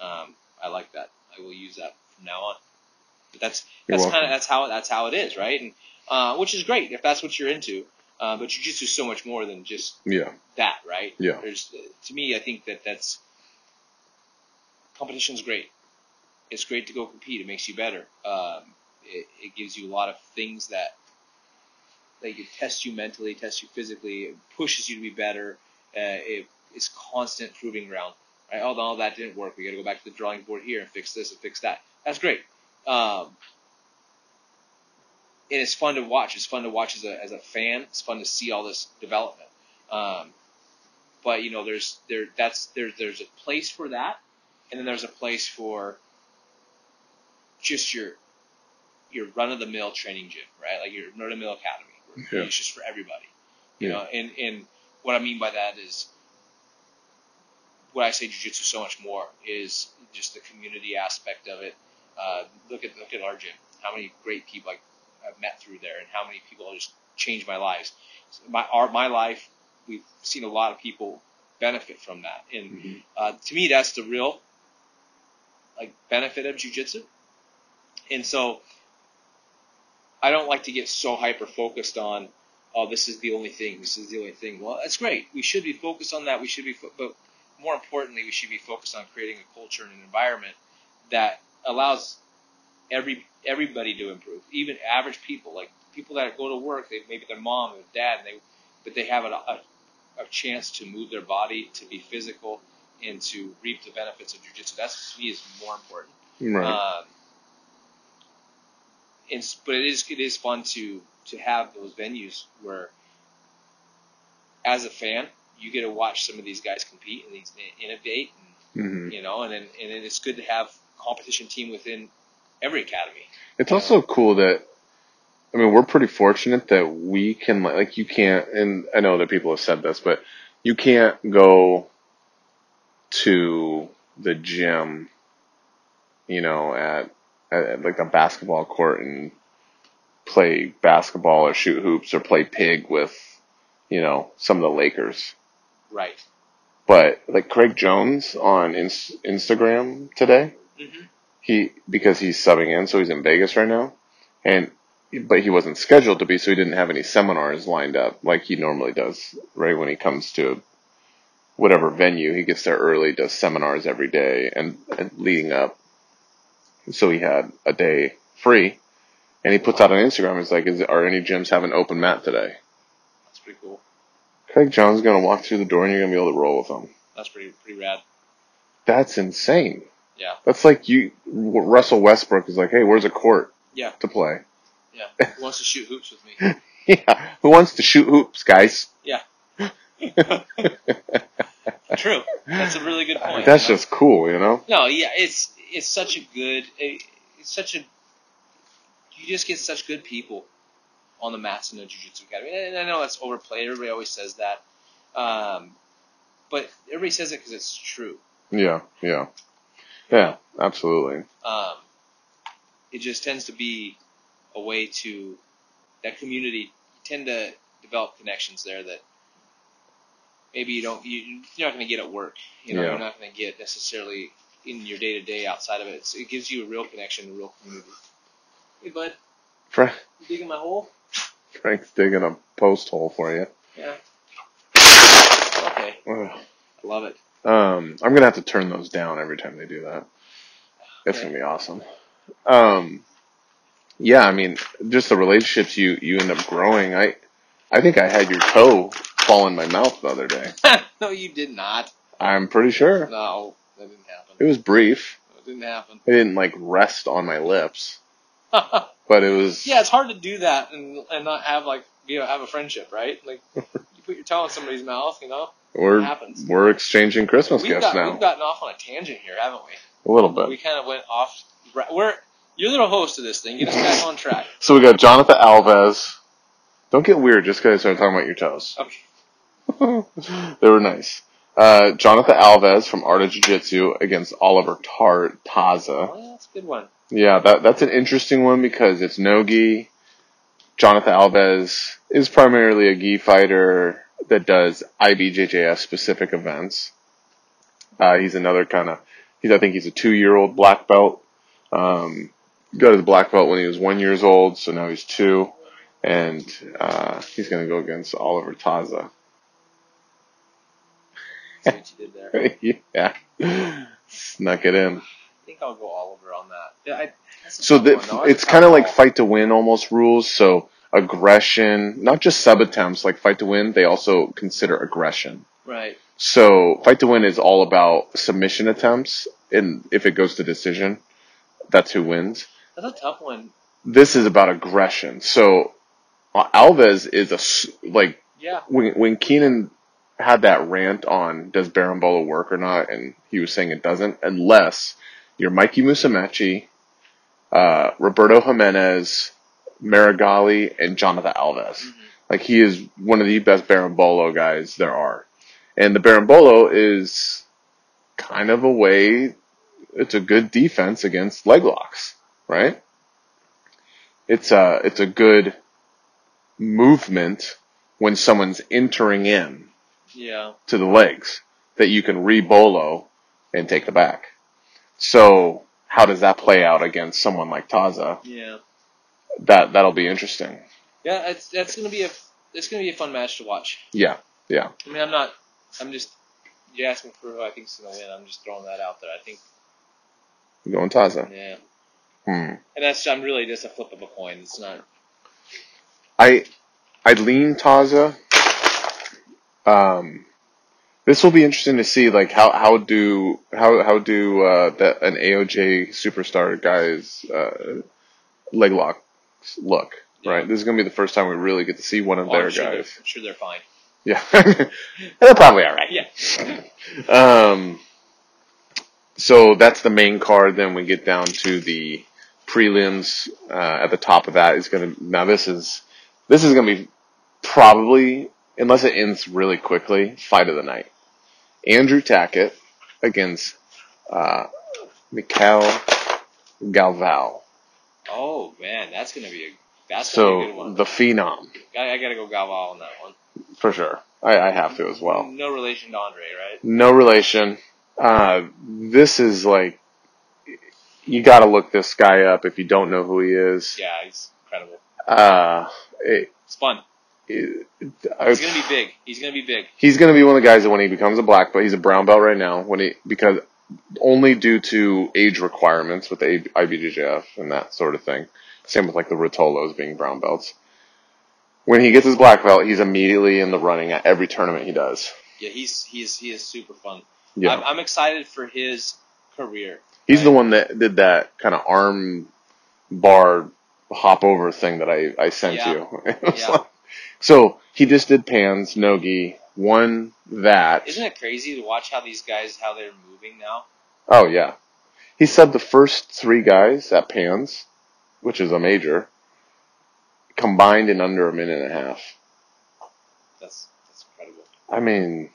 um, I like that. I will use that from now on. But that's
You're
that's
welcome.
kind of that's how that's how it is, right? And uh, which is great if that's what you're into. Uh, but jujitsu is so much more than just
Yeah,
that, right?
yeah,
There's to me, I think that that's competition's great. It's great to go compete. It makes you better. Um, it, it gives you a lot of things that like it tests you mentally, tests you physically, it pushes you to be better. Uh, it is constant proving ground. Right? Oh, no, that didn't work. We got to go back to the drawing board here and fix this and fix that. That's great. Um, and it's fun to watch. It's fun to watch as a, as a fan. It's fun to see all this development. Um, but you know there's there that's there there's a place for that and then there's a place for just your your run of the mill training gym right like your run of the mill academy where
Yeah.
it's just for everybody you
Yeah.
know and and what i mean by that is what i say jiu-jitsu so much more is just the community aspect of it uh, look at look at our gym how many great people I, i've met through there and how many people just changed my lives my our, my life we've seen a lot of people benefit from that. And
Mhm.
uh, to me, that's the real like benefit of jujitsu. And so, I don't like to get so hyper focused on, oh, this is the only thing. This is the only thing. Well, that's great. We should be focused on that. We should be, fo- but more importantly, we should be focused on creating a culture and an environment that allows every everybody to improve, even average people, like people that go to work. They maybe their mom or dad, and they but they have a, a, a chance to move their body, to be physical, and to reap the benefits of jujitsu. That's to me is more important.
right.
Um, it's, but it is it is fun to to have those venues where, as a fan, you get to watch some of these guys compete and these innovate,
hmm
and, you know, and then and then it's good to have competition team within every academy.
It's also cool that, I mean, we're pretty fortunate that we can, like, like, you can't, and I know that people have said this, but you can't go to the gym, you know, at, at like a basketball court and play basketball or shoot hoops or play pig with, you know, some of the Lakers.
Right.
But like Craig Jones on Ins- Instagram today,
Mm-hmm.
he because he's subbing in, so he's in Vegas right now, and but he wasn't scheduled to be, so he didn't have any seminars lined up like he normally does. Right when he comes to whatever venue, he gets there early, does seminars every day, and, and leading up. So he had a day free, and he puts out on Instagram. He's like, "Is are any gyms having open mat today?"
That's pretty cool.
Craig Jones is gonna walk through the door, and you're gonna be able to roll with him.
That's pretty pretty rad.
That's insane.
Yeah.
That's like you. Russell Westbrook is like, "Hey, where's a court
Yeah.
to play?"
Yeah. Who wants to shoot hoops with me?
Yeah, who wants to shoot hoops, guys?
True. That's a really good point.
That's
you know?
just cool, you know.
No, yeah, it's it's such a good, it, it's such a, you just get such good people on the mats in the jiu-jitsu academy, and I know that's overplayed. Everybody always says that, um, but everybody says it because it's true.
Yeah, yeah, yeah. Absolutely.
Um, it just tends to be a way to that community tend to develop connections there that maybe you don't you, you're not going to get at work. You know,
Yeah.
you're not going to get necessarily in your day to day outside of it. So it gives you a real connection, a real community. Hey, bud,
Frank,
you digging my hole?
Frank's digging a post hole for you.
Yeah. Okay,
Ugh.
I love it.
Um, I'm gonna have to turn those down every time they do that. It's
Okay.
gonna be awesome. Um, yeah, I mean, just the relationships you you end up growing. I I think I had your toe fall in my mouth the other day.
no, you did not.
I'm pretty sure
No, that didn't
it
happen.
was brief.
didn't happen.
I didn't like rest on my lips,
yeah,
but it was
it's hard to do that and and not have like you know have a friendship, right? Like you put your tongue in somebody's mouth, you know. It
we're
happens.
we're exchanging Christmas
We've,
gifts
got,
now
we've gotten off on a tangent here, haven't we?
a little bit.
we kind of went off. We're you're the host of this thing. Get us back on track.
So we got Jonathan Alves. Don't get weird just because I started talking about your toes.
Okay.
they were nice. Uh, Jonathan Alves from Art of Jiu Jitsu against Oliver Tart Taza.
Well, that's a good one.
Yeah, that, that's an interesting one because it's no gi. Jonathan Alves is primarily a gi fighter that does IBJJF specific events. Uh, he's another kind of, he's, I think he's a two year old black belt. Um, got his black belt when he was one years old, so now he's two. And, uh, he's gonna go against Oliver Taza.
See what you did there. I
yeah. Snuck it in.
think I'll go Oliver on that. Yeah, I, that's a
So
tough
the,
one, though. That's
it's
a tough
kind of like
call.
fight to win almost rules. So aggression, not just sub attempts, like fight to win, they also consider aggression.
right.
So fight to win is all about submission attempts, and if it goes to decision, that's who wins.
That's a tough one.
This is about aggression. So uh, Alves is a s- like
Yeah.
when when Keenan had that rant on does Barambola work or not, and he was saying it doesn't unless you're Mikey Musumeci, uh, Roberto Jimenez, Marigali, and Jonathan Alves. Like he is one of the best Barambolo guys there are, and the Barambolo is kind of a way. It's a good defense against leg locks, right? It's a it's a good movement when someone's entering in
Yeah.
to the legs that you can re-bolo and take the back. So how does that play out against someone like Taza?
Yeah.
That that'll be interesting.
Yeah. It's, that's gonna be a it's gonna be a fun match to watch.
Yeah,
I mean, I'm not. I'm just. You asked me for who I think's gonna win. I'm just throwing that out there. I think.
we're going Taza.
Yeah.
Hmm.
And that's. I'm really just a flip of a coin. It's not.
I I lean Taza. Um, this will be interesting to see. Like how how do how how do uh, that an AOJ superstar guy's uh, leg locks look? Right. This is gonna be the first time we really get to see one of
Oh,
their
I'm sure they're-
guys.
I'm sure they're fine.
Yeah, they're probably all right.
Yeah.
Um, so that's the main card. Then we get down to the prelims. Uh, at the top of that is going to now this is this is going to be probably unless it ends really quickly fight of the night. Andrew Tackett against uh, Mikhail Galval.
Oh man, that's gonna be a. That's gonna be a good
So
one.
the phenom
I, I gotta go Galval on that one.
for sure. I, I have to as well.
No relation to Andre, right?
no relation. Uh, this is like you got to look this guy up if you don't know who he is.
Yeah, he's incredible.
Uh, it,
It's fun.
it,
He's
I-
gonna be big. He's gonna be big.
he's going to be one of the guys that when he becomes a black belt, he's a brown belt right now. When he because only due to age requirements with the A- IBJJF and that sort of thing. Same with like the Rotolos being brown belts. When he gets his black belt, he's immediately in the running at every tournament he does.
Yeah, he's he's he is super fun.
Yeah.
I'm, I'm excited for his career.
He's the one that did that kind of arm bar hop over thing that I, I sent
Yeah.
you. It was
Yeah.
like- so he just did pans, nogi, won that.
Isn't it crazy to watch how these guys how they're moving now?
oh yeah. He subbed the first three guys at pans, which is a major, combined in under a minute and a half.
That's that's incredible.
I mean,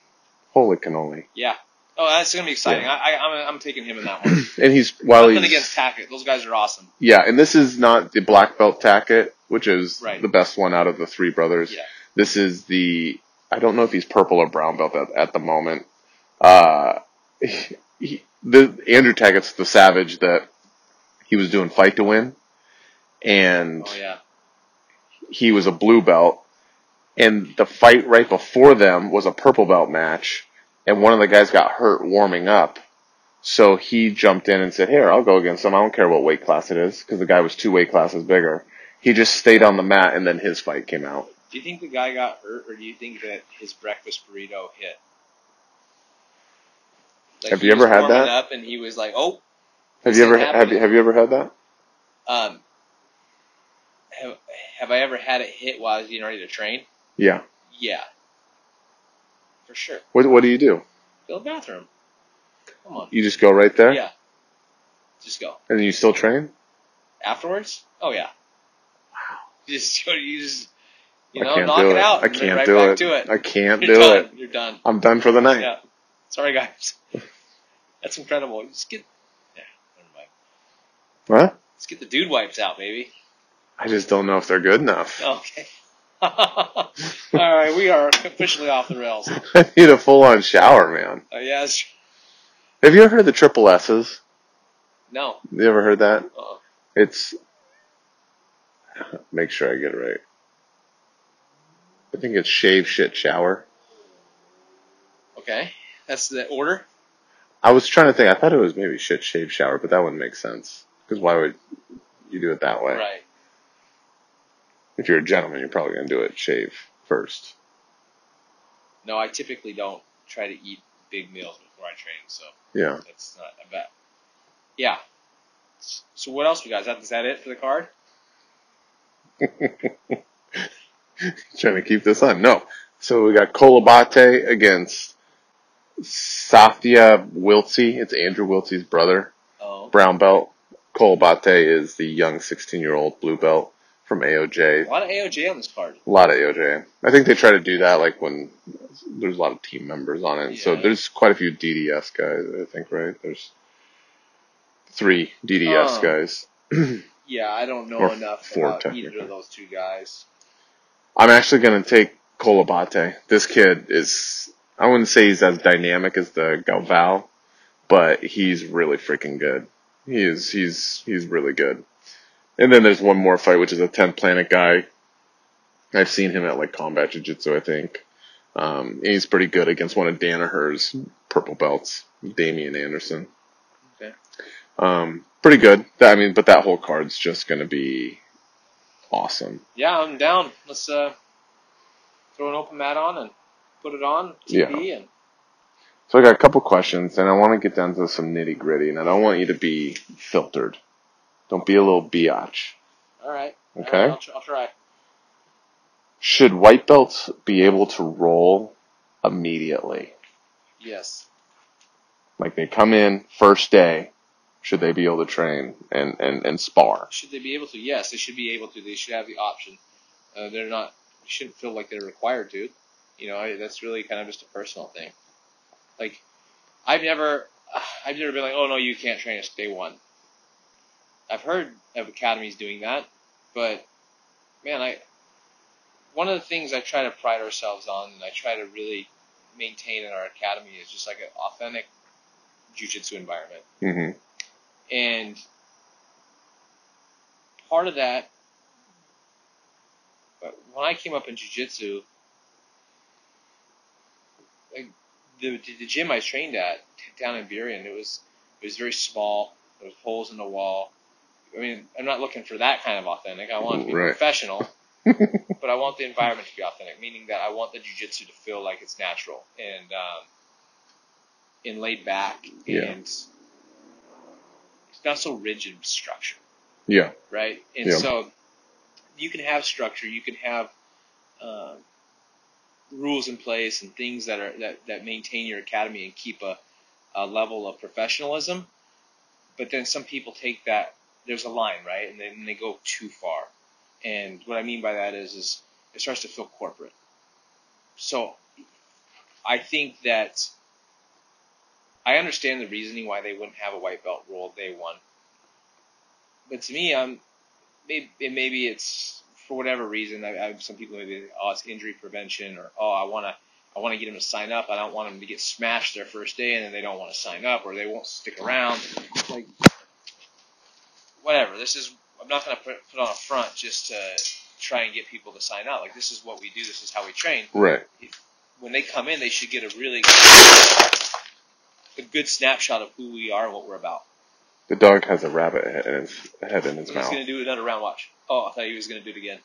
holy cannoli.
Yeah. Oh, that's gonna be exciting.
Yeah.
I, I I'm I'm taking him in that one.
And he's while
Nothing
he's
against Tackett. Those guys are awesome.
Yeah, and this is not the black belt Tackett, which is
Right.
the best one out of the three brothers.
Yeah.
This is the I don't know if he's purple or brown belt at, at the moment. Uh, he, the Andrew Tackett's the savage that he was doing fight to win, and
Oh yeah.
he was a blue belt, and the fight right before them was a purple belt match, and one of the guys got hurt warming up. So he jumped in and said, Here, I'll go against him. I don't care what weight class it is, because the guy was two weight classes bigger. He just stayed on the mat, and then his fight came out.
Do you think the guy got hurt, or do you think that his breakfast burrito hit? Like,
Have
he
you ever
was
had
warming
that?
Up and he was like, "Oh,
Have
This
you ever
thing
have you, have you ever had that?
Um, have, have I ever had it hit while I was getting ready to train?
Yeah.
Yeah. For sure.
What what do you do?
Go to the bathroom. Come on.
You just go right there
Yeah. Just go.
and you still train?
Afterwards? Oh, yeah. Wow. You just, you just you
I
know,
can't
knock
do
it,
it.
out.
I
and then
can't
right
do
back
it.
To it.
I can't
You're
do
done.
it.
You're done.
I'm done for the night.
Yeah. Sorry, guys. That's incredible. Just get. Yeah, never mind.
What?
Let's get the dude wipes out, baby.
I just don't know if they're good enough.
Okay. All right, we are officially off the rails. Uh,
I need a full on shower, man.
yes.
Have you ever heard of the triple S's?
No.
You ever heard that?
Uh-uh.
It's make sure I get it right. I think it's shave, shit, shower.
Okay. That's the order.
I was trying to think. I thought it was maybe shit, shave, shower, but that wouldn't make sense because why would you do it that way?
Right.
If you're a gentleman, you're probably gonna do it shave first.
No, I typically don't try to eat big meals before I train, so
Yeah,
that's not a bet. Yeah. S- So what else we got? Is that, is that it for the card?
trying to keep this on. No, so we got Colabate against Safia Wiltsey. It's Andrew Wiltsey's brother.
Oh.
brown belt. Cole Bate is the young 16 year old blue belt from
A
AOJ.
lot of AOJ on this card.
A lot of AOJ. I think they try to do that like when there's a lot of team members on it. So
Yeah.
there's quite a few DDS guys, I think, right? There's three DDS
Oh.
guys.
Yeah, I don't know
Or
enough
four
about
technically.
either of those two guys.
I'm actually going to take Cole Bate. This kid is, I wouldn't say he's as dynamic as the Galval, but he's really freaking good. He is, he's, he's really good. And then there's one more fight, which is a 10th planet guy. I've seen him at like combat jiu-jitsu, I think. Um, and he's pretty good against one of Danaher's purple belts, Damian Anderson.
Okay.
Um, pretty good. That- I mean, but that whole card's just going to be awesome.
Yeah, I'm down. Let's uh, throw an open mat on and put it on TV and
So I got a couple questions, and I want to get down to some nitty gritty, and I don't want you to be filtered. Don't be a little biatch.
all right. All right,
Okay.
I'll, tr- I'll try.
Should white belts be able to roll immediately?
Yes.
Like they come in first day, should they be able to train and, and, and spar?
Should they be able to? Yes, they should be able to. They should have the option. Uh, they're not. You shouldn't feel like they're required to. You know, I, that's really kind of just a personal thing. Like, I've never, I've never been like, oh no, you can't train us day one. I've heard of academies doing that, but man, I. One of the things I try to pride ourselves on, and I try to really maintain in our academy, is just like an authentic jujitsu environment.
hmm
And part of that, but when I came up in jujitsu, like the, the gym I trained at down in Burien, it was it was very small. There was holes in the wall. I mean, I'm not looking for that kind of authentic. I want it to be
Right.
professional, but I want the environment to be authentic, meaning that I want the jujitsu to feel like it's natural and um, and laid back
Yeah.
and it's not so rigid structure
Yeah.
right? And
Yeah.
so you can have structure, you can have um, rules in place and things that are that, that maintain your academy and keep a, a level of professionalism. But then some people take that there's a line, right? And then they go too far. And what I mean by that is is it starts to feel corporate. So I think that I understand the reasoning why they wouldn't have a white belt rule day one but to me, um, maybe maybe it's for whatever reason. I, I some people maybe oh it's injury prevention or oh I wanna I wanna get them to sign up. I don't want them to get smashed their first day and then they don't want to sign up or they won't stick around. Like whatever. This is I'm not gonna put, put on a front just to try and get people to sign up. Like this is what we do. This is how we train.
Right.
When they come in, they should get a really a good snapshot of who we are and what we're about.
The dog has a rabbit head in his, head in his
He's
mouth.
gonna do another round watch. Oh, I thought he was gonna do it again.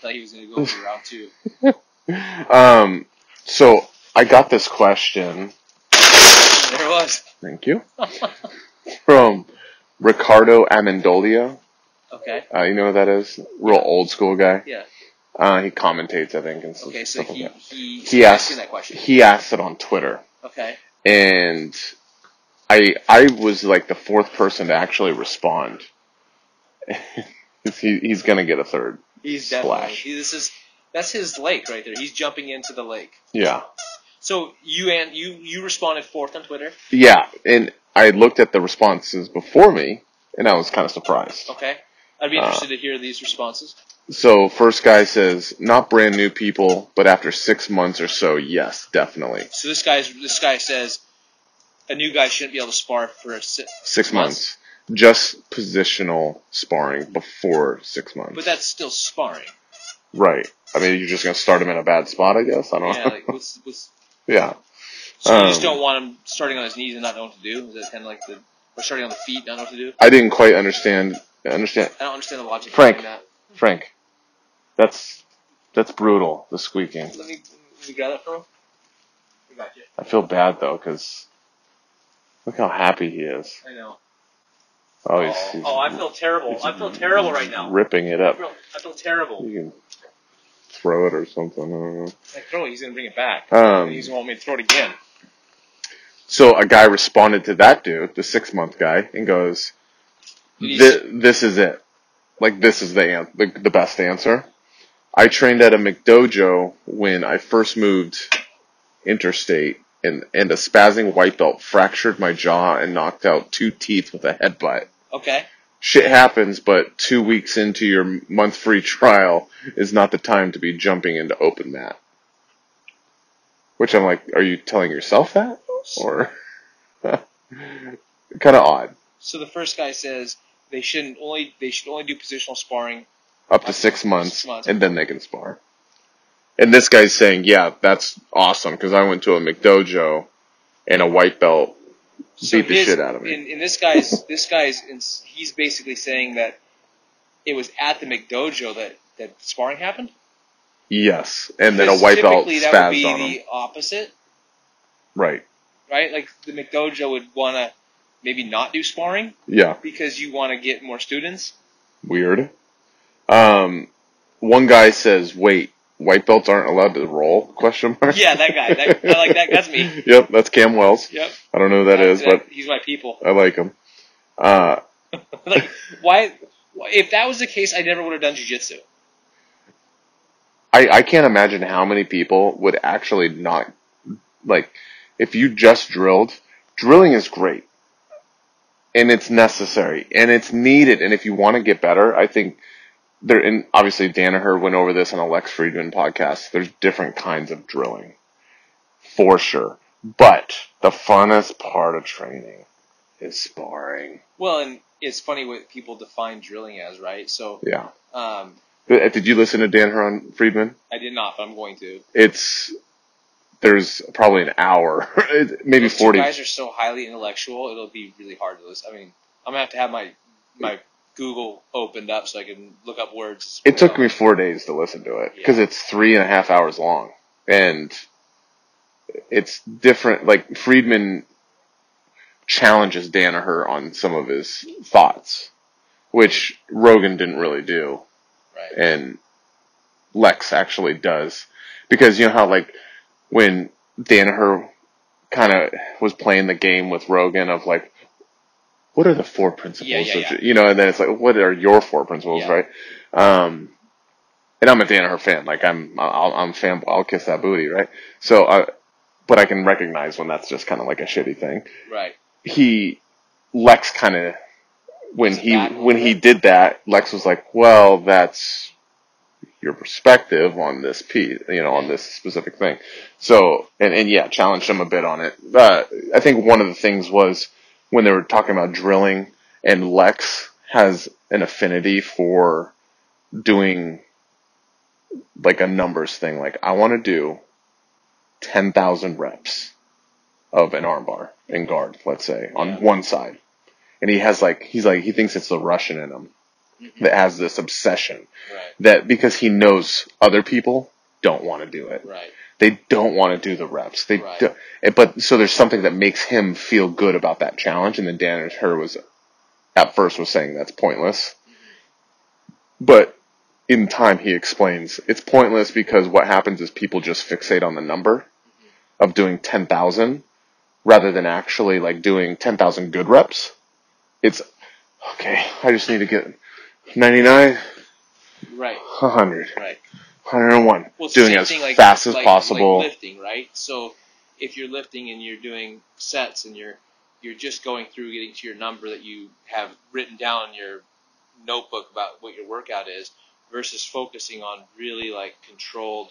thought he was gonna go for round two.
Um, so I got this question.
There it was.
Thank you. from Ricardo Amendolia.
Okay.
Uh, you know who that is? Real old school guy.
Yeah.
Uh, he commentates, I think, and s-
Okay. So
stuff
he
like
he,
He asked-
asking that
that.
question.
He asked it on Twitter,
Okay.
and I I was like the fourth person to actually respond. he, he's gonna get a third.
He's
Splash.
definitely. He, this is that's his lake right there. He's jumping into the lake.
Yeah,
So you and you you responded fourth on Twitter.
yeah. And I looked at the responses before me, and I was kind of surprised.
Okay. I'd be
Uh,
interested to hear these responses.
So first guy says, not brand new people, but after six months or so, yes, definitely.
So this guy's this guy says a new guy shouldn't be able to spar for a si-
Six months. Just positional sparring before six months.
but that's still sparring.
right. I mean, you're just gonna start him in a bad spot, I guess. I don't
Yeah,
know.
like what's, what's
yeah.
so you just
Um,
don't want him starting on his knees and not knowing what to do. Is that kind of like the or starting on the feet, not know what to do?
I didn't quite understand. Understand,
I don't understand the logic.
Frank.
behind
Frank. That's that's brutal. The squeaking.
that. Let me, let me grab that from him. I got you.
I feel bad though, cause look how happy he is.
I know.
Oh, he's, he's
oh, I feel terrible. I feel terrible right now.
ripping it
I
up.
feel, I feel terrible.
You can throw it or something. I don't know.
I throw it, he's gonna bring it back.
Um,
he's gonna want me to throw it again.
So a guy responded to that dude, the six month guy, and goes,
Did he-
"Thi- "This is it. Like this is the an- the, the best answer." I trained at a McDojo when I first moved interstate, and and a spazzing white belt fractured my jaw and knocked out two teeth with a headbutt.
Okay.
Shit happens, but two weeks into your month free trial is not the time to be jumping into open mat. Which I'm like, are you telling yourself that? or kind of odd.
So the first guy says they shouldn't only they should only do positional sparring.
Up to six months,
Six months.
and then they can spar. And this guy's saying, "Yeah, that's awesome because I went to a McDojo, and a white belt
So
beat the
his-
shit out of me."
In, in this guy's this guy's ins- he's basically saying that it was at the McDojo that that sparring happened.
yes, and then a
Because
white belt
typically that
spazzed
would be
on
the
him.
opposite,
Right?
right? Like the McDojo would want to maybe not do sparring
Yeah.
because you want to get more students.
Weird. Um, one guy says, "Wait, white belts aren't allowed to roll?" Question mark.
Yeah, that guy. That, I like that. That's me.
yep, that's Cam Wells.
Yep.
I don't know who that is, but
he's my people.
I like him. Uh,
like why? If that was the case, I never would have done jujitsu.
I, I can't imagine how many people would actually not like if you just drilled. Drilling is great, and it's necessary, and it's needed. And if you want to get better, I think there. And obviously, Danaher went over this on a Lex Friedman podcast. There's different kinds of drilling, for sure. But the funnest part of training is sparring.
Well, and it's funny what people define drilling as, right? So,
Yeah.
um,
Th- Did you listen to Danaher on Friedman?
I did not, but I'm going to.
it's there's probably an hour, maybe
Those two
forty.
guys are so highly intellectual; it'll be really hard to listen. I mean, I'm gonna have to have my my Google opened up so I can look up words.
It took me four days to listen to it because
Yeah.
it's three and a half hours long, and it's different. Like Friedman challenges Danaher on some of his thoughts, which Rogan didn't really do,
Right.
and Lex actually does because you know how like when Danaher kind of was playing the game with Rogan of like, what are the four principles?
Yeah, yeah,
of-
yeah.
You know, and then it's like, what are your four principles,
Yeah.
right? Um, and I'm a Danaher fan. Like I'm, I'll, I'm fan. I'll kiss that booty, right? So, uh, but I can recognize when that's just kind of like a shitty thing.
Right.
He, Lex, kind of when
Is it
he
bad?
when he did that, Lex was like, "Well, that's your perspective on this piece, you know, on this specific thing." So, and and yeah, challenged him a bit on it. Uh, I think one of the things was when they were talking about drilling, and Lex has an affinity for doing like a numbers thing. Like, I want to do ten thousand reps of an armbar and guard, let's say, on
Yeah.
one side and he has like he's like he thinks it's the Russian in him that has this obsession
Right.
that because he knows other people don't want to do it.
Right.
they don't want to do the reps. They
Right.
do, eh, but so there's something that makes him feel good about that challenge. And then Dan and her was at first was saying that's pointless, but in time he explains it's pointless because what happens is people just fixate on the number of doing ten thousand rather than actually like doing ten thousand good reps. It's okay. I just need to get ninety nine,
Right.
hundred.
Right.
101.
Well, it's the
doing it
same
as
thing like-
fast as
like-
possible.
Like lifting, right? So if you're lifting and you're doing sets and you're you're just going through getting to your number that you have written down in your notebook about what your workout is, versus focusing on really like controlled,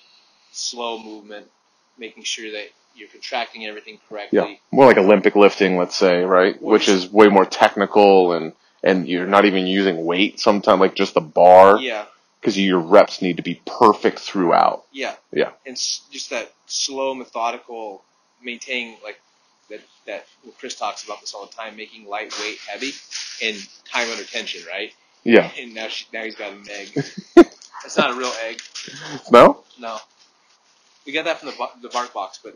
slow movement, making sure that you're contracting everything correctly.
yeah. More like Olympic lifting, let's say, right? Which is way more technical and, and you're not even using weight sometimes, like just the bar.
Yeah,
Because your reps need to be perfect throughout.
yeah,
Yeah.
and s- just that slow, methodical, maintaining like that. That well, Chris talks about this all the time, making lightweight heavy and time under tension, right?
Yeah.
And now she, now he's got an egg. it's not a real egg.
No?
No, we got that from the bo- the bark box. But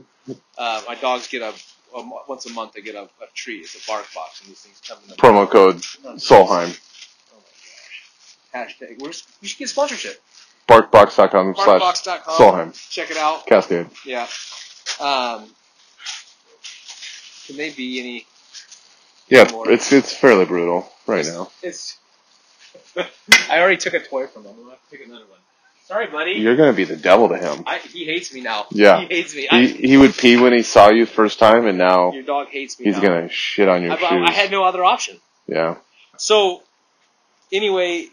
uh, my dogs get a, a mo- once a month they get a, a treat. It's a bark box, and these things come in the
Promo code
No, it's-
Solheim.
Oh my gosh. Hashtag. We're, s- we should get sponsorship.
Barkbox.com slash
Barkbox.com.
Solheim.
Check it out.
Cascade.
Yeah. Um, can they be any?
Yeah, it's, it's fairly brutal right now.
It's. I already took a toy from him. I'm gonna have to take another one. Sorry, buddy.
You're going to be the devil to him.
I, he hates me now.
Yeah.
He hates me.
He, he would pee when he saw you first time, and
I,
now
your dog hates me.
he's
now.
going to shit on your
I, I, I
shoes.
had no other option.
Yeah.
So, anyway,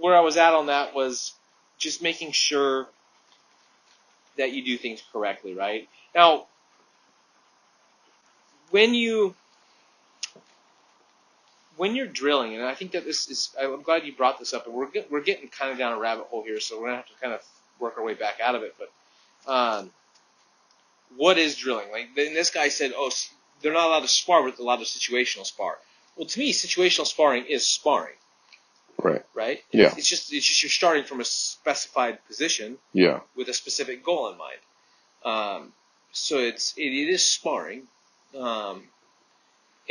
where I was at on that was just making sure that you do things correctly, right? Now, when you when you're drilling, and I think that this is, I'm glad you brought this up, and we're get, we're getting kind of down a rabbit hole here, so we're gonna have to kind of work our way back out of it. But um, what is drilling? Like, then this guy said, oh, s- they're not allowed to spar, but they're allowed to situational spar. Well, to me, situational sparring is sparring,
Right.
right?
Yeah.
It's just it's just you're starting from a specified position
Yeah.
with a specific goal in mind. Um, so it's it, it is sparring, um,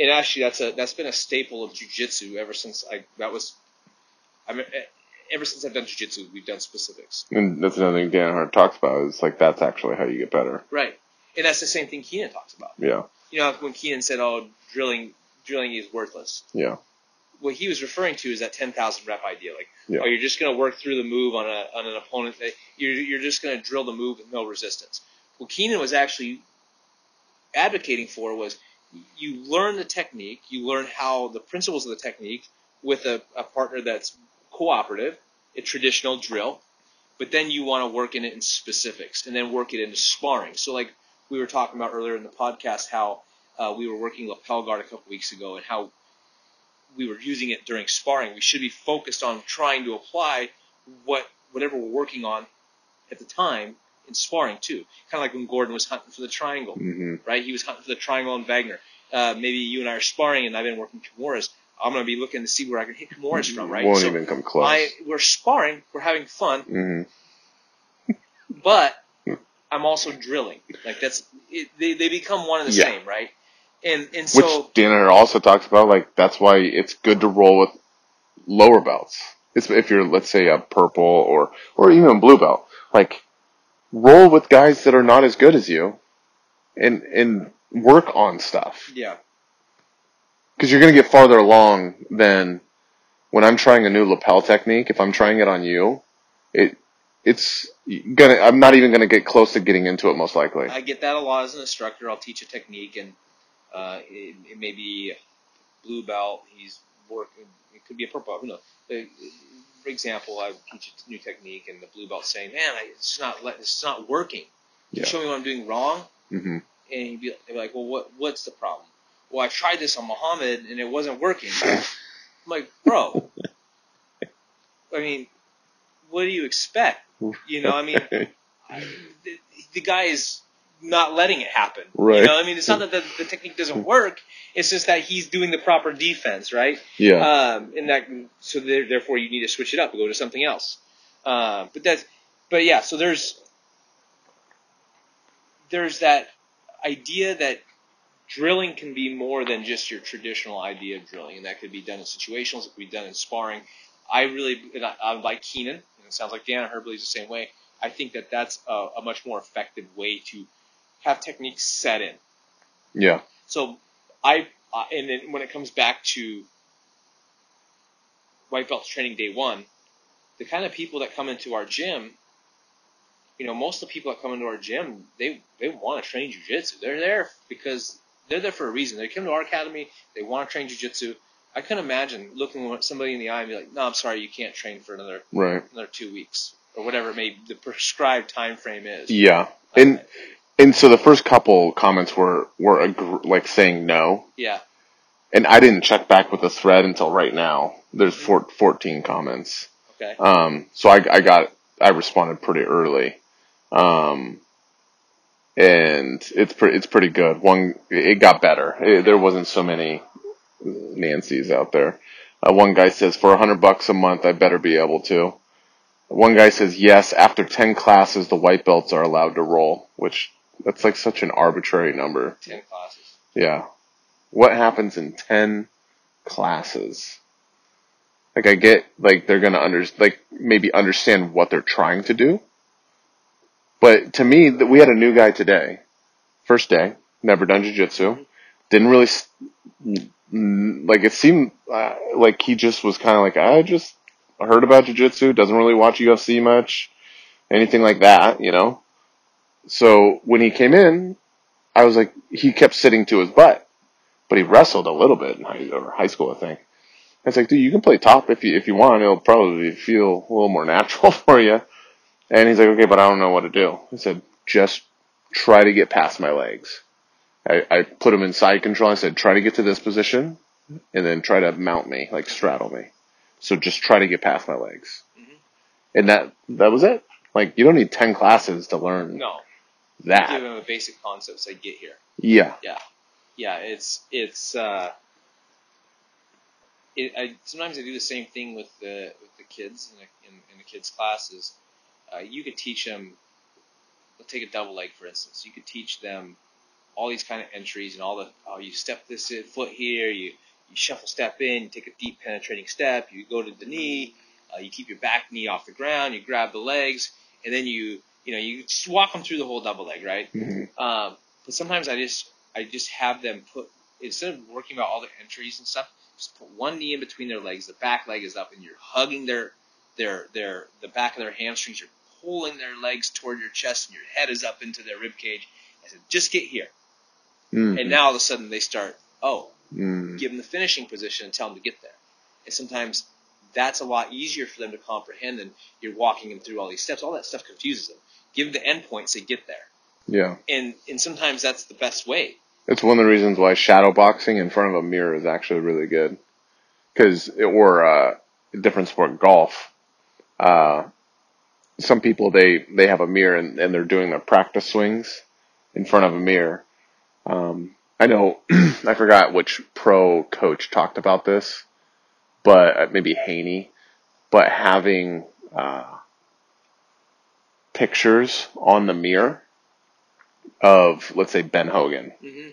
and actually that's a that's been a staple of jujitsu ever since I that was, I mean, e- ever since I've done jujitsu we've done specifics.
And that's another thing Dan Hart talks about is like that's actually how you get better.
Right, and that's the same thing Keenan talks about.
Yeah,
You know when Keenan said, "Oh, drilling drilling is worthless."
yeah,
what he was referring to is that 10,000 rep idea. Like,
Yeah.
oh, you're just going to work through the move on, a, on an opponent. that- You're, you're just going to drill the move with no resistance. What Keenan was actually advocating for was you learn the technique, you learn how the principles of the technique with a, a partner that's cooperative, a traditional drill, but then you want to work in it in specifics and then work it into sparring. So, like we were talking about earlier in the podcast, how uh, we were working lapel guard a couple weeks ago and how we were using it during sparring. We should be focused on trying to apply what whatever we're working on at the time in sparring too. Kind of like when Gordon was hunting for the triangle,
hmm
right? He was hunting for the triangle on Wagner. Uh, maybe you and I are sparring, and I've been working Kimuras. I'm going to be looking to see where I can hit Kimuras from, right?
Won't
so
even come close.
I, we're sparring, we're having fun,
hmm
but I'm also drilling. Like that's it, they they become one and the
Yeah.
same, right? And and
Which
so
Dan Hart also talks about. Like that's why it's good to roll with lower belts. It's if you're let's say a purple or or even blue belt. Like roll with guys that are not as good as you, and and work on stuff
yeah,
because you're gonna get farther along than when I'm trying a new lapel technique. If I'm trying it on you, it it's gonna. I'm not even gonna get close to getting into it most likely.
I get that a lot as an instructor. I'll teach a technique, and uh, it, it may be blue belt. He's working. It could be a purple. belt, Who knows? Uh, For example, I teach a new technique, and the blue belt saying, "Man, I, it's not let, it's not working. Can
Yeah.
you show me what I'm doing wrong."
hmm
And he'd be, he'd be like, "Well, what what's the problem?" Well, I tried this on Muhammad, and it wasn't working. I'm like, bro. I mean, what do you expect? You know, I mean, the, the guy is not letting it happen. You
Right.
know, I mean, it's not that the, the technique doesn't work. It's just that he's doing the proper defense, right?
yeah.
Um, and that so there, therefore you need to Um, switch it up and go to something else. Uh, but that's but yeah. So there's there's that idea that drilling can be more than just your traditional idea of drilling, and that could be done in situationals, it could be done in sparring. I really, and I, I'm like Keenan, and it sounds like Dan Herbley is the same way. I think that that's a, a much more effective way to have techniques set in.
Yeah.
So I, uh, and then when it comes back to white belts training day one, the kind of people that come into our gym, you know, most of the people that come into our gym, they they want to train jujitsu. They're there because they're there for a reason. They come to our academy, they want to train jujitsu. I couldn't imagine looking at somebody in the eye and be like, "No, I'm sorry, you can't train for another
Right.
another two weeks or whatever may the prescribed time frame is."
Yeah.
Uh,
And and so the first couple comments were were agr like saying no,
yeah,
and I didn't check back with the thread until right now. There's four, 14 comments.
okay,
Um, so I, I got, I responded pretty early. Um, and it's pretty, it's pretty good. One, it got better. It, there wasn't so many Nancy's out there. Uh, one guy says, for a hundred bucks a month, I better be able to. One guy says, yes, after 10 classes, the white belts are allowed to roll, which that's like such an arbitrary number.
ten classes.
Yeah. What happens in 10 classes? Like, I get, like, they're gonna under, like, maybe understand what they're trying to do. But to me, that we had a new guy today. First day. Never done jujitsu. Didn't really, s- n- n- like, it seemed uh, like he just was kind of like, I just heard about jujitsu, doesn't really watch UFC much, anything like that, you know? So when he came in, I was like, he kept sitting to his butt, but he wrestled a little bit in high, or high school, I think. And it's like, dude, you can play top if you if you want. It'll probably feel a little more natural for you. And he's like, okay, but I don't know what to do. I said, just try to get past my legs. I, I put him in side control. I said, try to get to this position, and then try to mount me, like straddle me. So just try to get past my legs.
Mhm.
And that that was it. Like you don't need ten classes to learn
No, give
that.
them the basic concepts they get here.
Yeah.
yeah, it's it's. Uh, it, I sometimes I do the same thing with the with the kids in the, in, in the kids classes. Uh, you could teach them. Let's take a double leg for instance. You could teach them all these kind of entries and all the oh you step this in- foot here you you shuffle step in you take a deep penetrating step you go to the knee uh, you keep your back knee off the ground you grab the legs and then you you know you just walk them through the whole double leg right
Mhm.
um, but sometimes I just I just have them put instead of working about all their entries and stuff, just put one knee in between their legs, the back leg is up, and you're hugging their their their the back of their hamstrings, you're pulling their legs toward your chest, and your head is up into their rib cage. I said, just get here,
Mhm.
and now all of a sudden they start, oh,
Mm.
give them the finishing position and tell them to get there. And sometimes that's a lot easier for them to comprehend than you're walking them through all these steps. All that stuff confuses them. Give them the end points, they get there.
Yeah.
And and sometimes that's the best way.
It's one of the reasons why shadow boxing in front of a mirror is actually really good. Cause, or, uh, a different sport, golf. Uh, some people, they, they have a mirror and, and they're doing their practice swings in front of a mirror. Um, I know, I forgot which pro coach talked about this, but uh, maybe Haney, but having, uh, pictures on the mirror of, let's say, Ben Hogan
hmm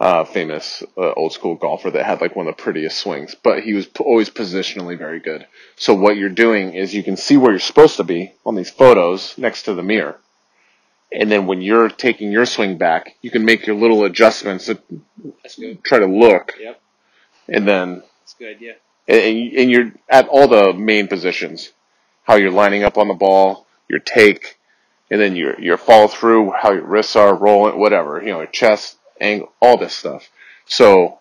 uh, famous uh, old school golfer that had like one of the prettiest swings, but he was p- always positionally very good. So what you're doing is you can see where you're supposed to be on these photos next to the mirror. And then when you're taking your swing back, you can make your little adjustments to
That's good.
try to look.
Yep.
And then,
That's a good idea.
and, and you're at all the main positions, how you're lining up on the ball, your take, and then your, your follow through, how your wrists are rolling, whatever, you know, your chest angle, all this stuff. So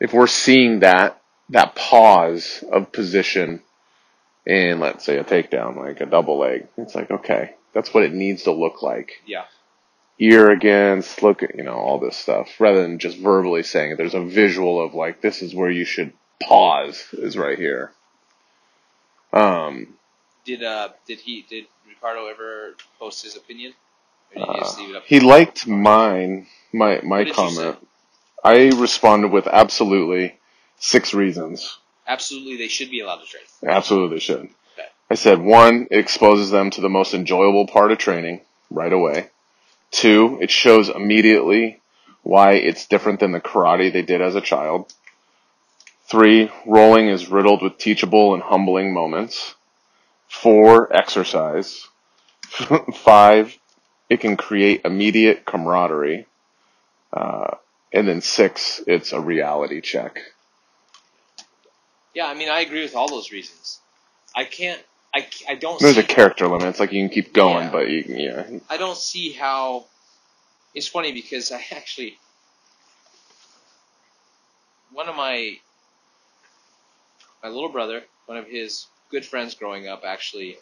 if we're seeing that that pause of position in let's say a takedown, like a double leg, it's like okay, that's what it needs to look like.
Yeah.
Ear against, look at you know, all this stuff. Rather than just verbally saying it, there's a visual of like this is where you should pause is right here. Um
Did uh did he did Ricardo ever post his opinion? Or did he just
Uh,
leave it up?
He liked mine, my my
What did you
comment. I responded with absolutely six reasons.
Absolutely, they should be allowed to trade.
Absolutely they should.
Okay.
I said one, it exposes them to the most enjoyable part of training right away. Two, it shows immediately why it's different than the karate they did as a child. Three, rolling is riddled with teachable and humbling moments. Four, exercise. Five, it can create immediate camaraderie. Uh, and then six, it's a reality check.
Yeah, I mean, I agree with all those reasons. I can't. I, c- I don't.
There's
see,
a character limit. It's like you can keep going,
Yeah.
but you, yeah,
I don't see how. It's funny because I actually one of my my little brother, one of his good friends growing up, actually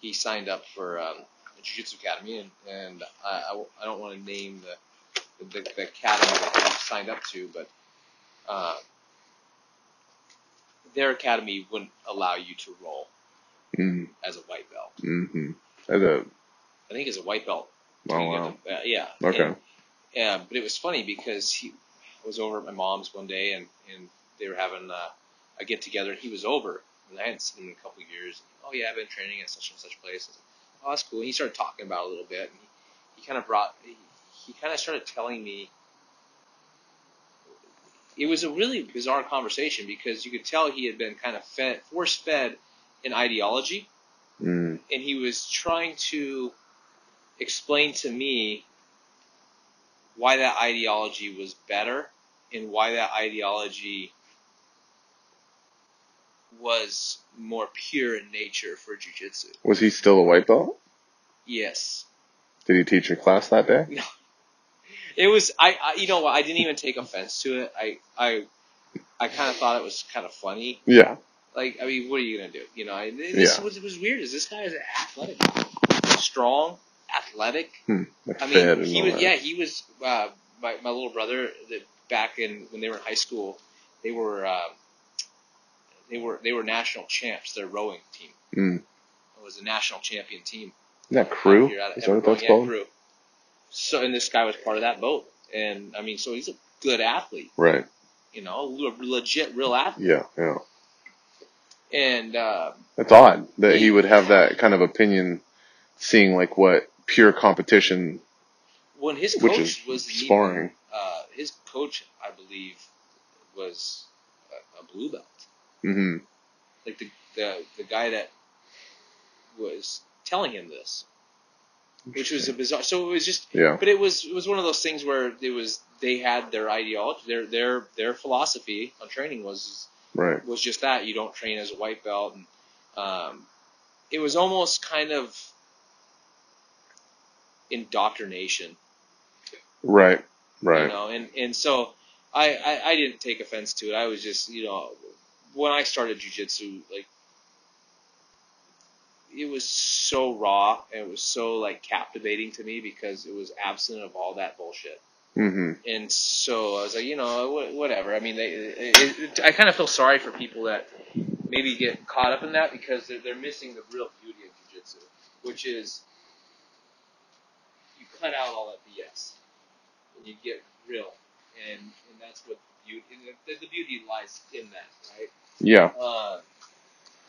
he signed up for um, a jiu-jitsu academy, and, and I, I w- I don't want to name the, the the academy that he signed up to, but uh, their academy wouldn't allow you to roll
mm,
as a white belt.
mm-hmm. As a,
I think as a white belt.
oh
you
wow,
get the- uh, yeah.
okay.
And- Yeah, but it was funny because he was over at my mom's one day and, and they were having uh, a get together and he was over and I hadn't seen him in a couple of years. Oh yeah, I've been training at such and such place. I was like, oh, that's cool. And he started talking about it a little bit and he, he kind of brought he, he kind of started telling me. It was a really bizarre conversation because you could tell he had been kind of fed, force fed an ideology
Mm,
and he was trying to explain to me why that ideology was better and why that ideology was more pure in nature for jujitsu.
was he still a white belt?
Yes,
Did he teach your class that day?
it was. I, I you know what? I didn't even take offense to it. I I I kind of thought it was kind of funny.
Yeah.
Like, I mean, what are you gonna do? You know, I, this
Yeah.
was was weird. Is this guy is athletic, strong, athletic.
Hmm.
I
Fed
mean,
and
he
all
was.
that.
Yeah, he was. Uh, my my little brother that back in when they were in high school, they were uh, they were they were national champs. Their rowing team
Mm.
it was a national champion team.
Isn't that crew?
Here out of
Is that what
Evergreen,
that's
yeah,
called?
Crew. So, and this guy was part of that boat. And I mean, so he's a good athlete.
Right.
You know, le- legit, real athlete.
Yeah. Yeah.
And uh,
It's odd that he would have that kind of opinion, seeing like what pure competition,
when his coach
which is
was the
sparring.
uh, his coach, I believe, was a, a blue belt.
hmm
Like the, the the guy that was telling him this, which was a bizarre. So it was just,
Yeah.
but it was it was one of those things where it was they had their ideology, their their their philosophy on training was
Right.
was just that you don't train as a white belt, and um, it was almost kind of indoctrination
Right. Right.
you know and and so I, I i didn't take offense to it i was just you know when i started jujitsu like it was so raw and it was so like captivating to me because it was absent of all that bullshit
hmm
and so i was like you know wha- whatever i mean they it, it, i kind of feel sorry for people that maybe get caught up in that because they're, they're missing the real beauty of jujitsu which is you cut out all that bs and you get real. And, and that's what the beauty, and the, the beauty lies in that,
Yeah.
right? Uh,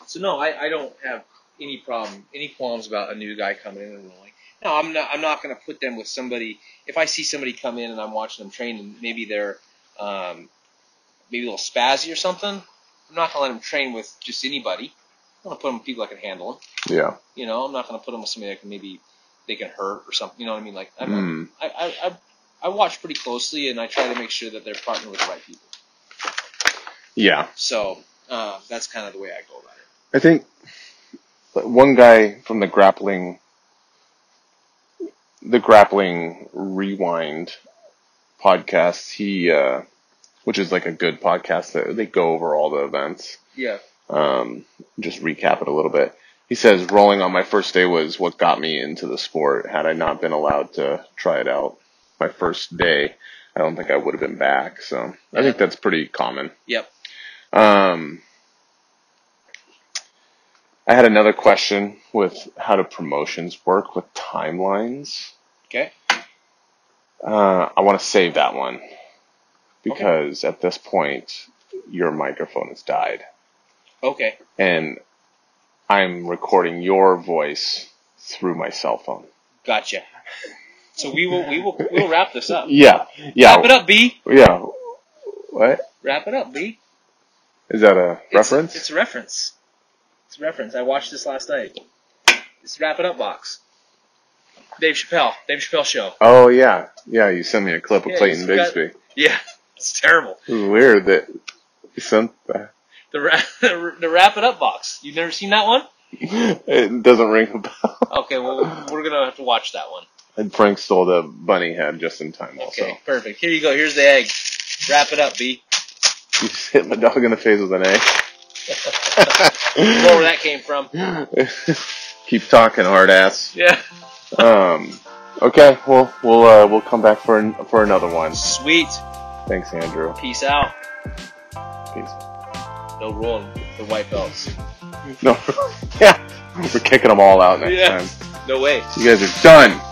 so no, I, I don't have any problem, any qualms about a new guy coming in and rolling. No, I'm not, I'm not going to put them with somebody. If I see somebody come in and I'm watching them train and maybe they're, um, maybe a little spazzy or something, I'm not going to let them train with just anybody. I'm going to put them with people I can handle them.
Yeah.
You know, I'm not going to put them with somebody that can maybe, they can hurt or something. You know what I mean? Like, I'm,
Mm.
I, I, I, I watch pretty closely and I try to make sure that they're partnered with the right people.
Yeah.
So uh, that's kind of the way I go about it.
I think that one guy from the grappling, the grappling rewind podcast, he, uh, which is like a good podcast that they go over all the events.
Yeah.
Um, just recap it a little bit. He says rolling on my first day was what got me into the sport. Had I not been allowed to try it out my first day, I don't think I would have been back. So I think that's pretty common.
Yep.
Um, I had another question with how do promotions work with timelines.
Okay.
Uh, I want to save that one because at this point, your microphone has died,
Okay.
and I'm recording your voice through my cell phone.
Gotcha. So we will we will we'll wrap this up.
Yeah,
Wrap
yeah,
it up, B.
yeah. What
Wrap it up, B.
is that a
It's a-
reference?
It's a reference. It's a reference. I watched this last night. It's wrap it up box. Dave Chappelle. Dave Chappelle show.
oh yeah, yeah. You sent me a clip of
Yeah,
Clayton
you just
Bigsby.
Yeah, it's terrible.
Weird that some
The wrap the wrap it up box. You've never seen that one?
it doesn't ring a bell.
Okay, well we're gonna have to watch that one.
And Frank stole the bunny head just in time. Also,
Okay, perfect. Here you go. Here's the egg. Wrap it up, B.
you just hit my dog in the face with an egg.
You know where that came from?
Keep talking, hard ass.
Yeah.
Um, okay, well, we'll uh, we'll come back for an, for another one.
Sweet.
Thanks, Andrew.
Peace out.
Peace.
No rolling the white belts.
No, yeah, we're kicking them all out next
Yeah.
time.
No way.
You guys are done.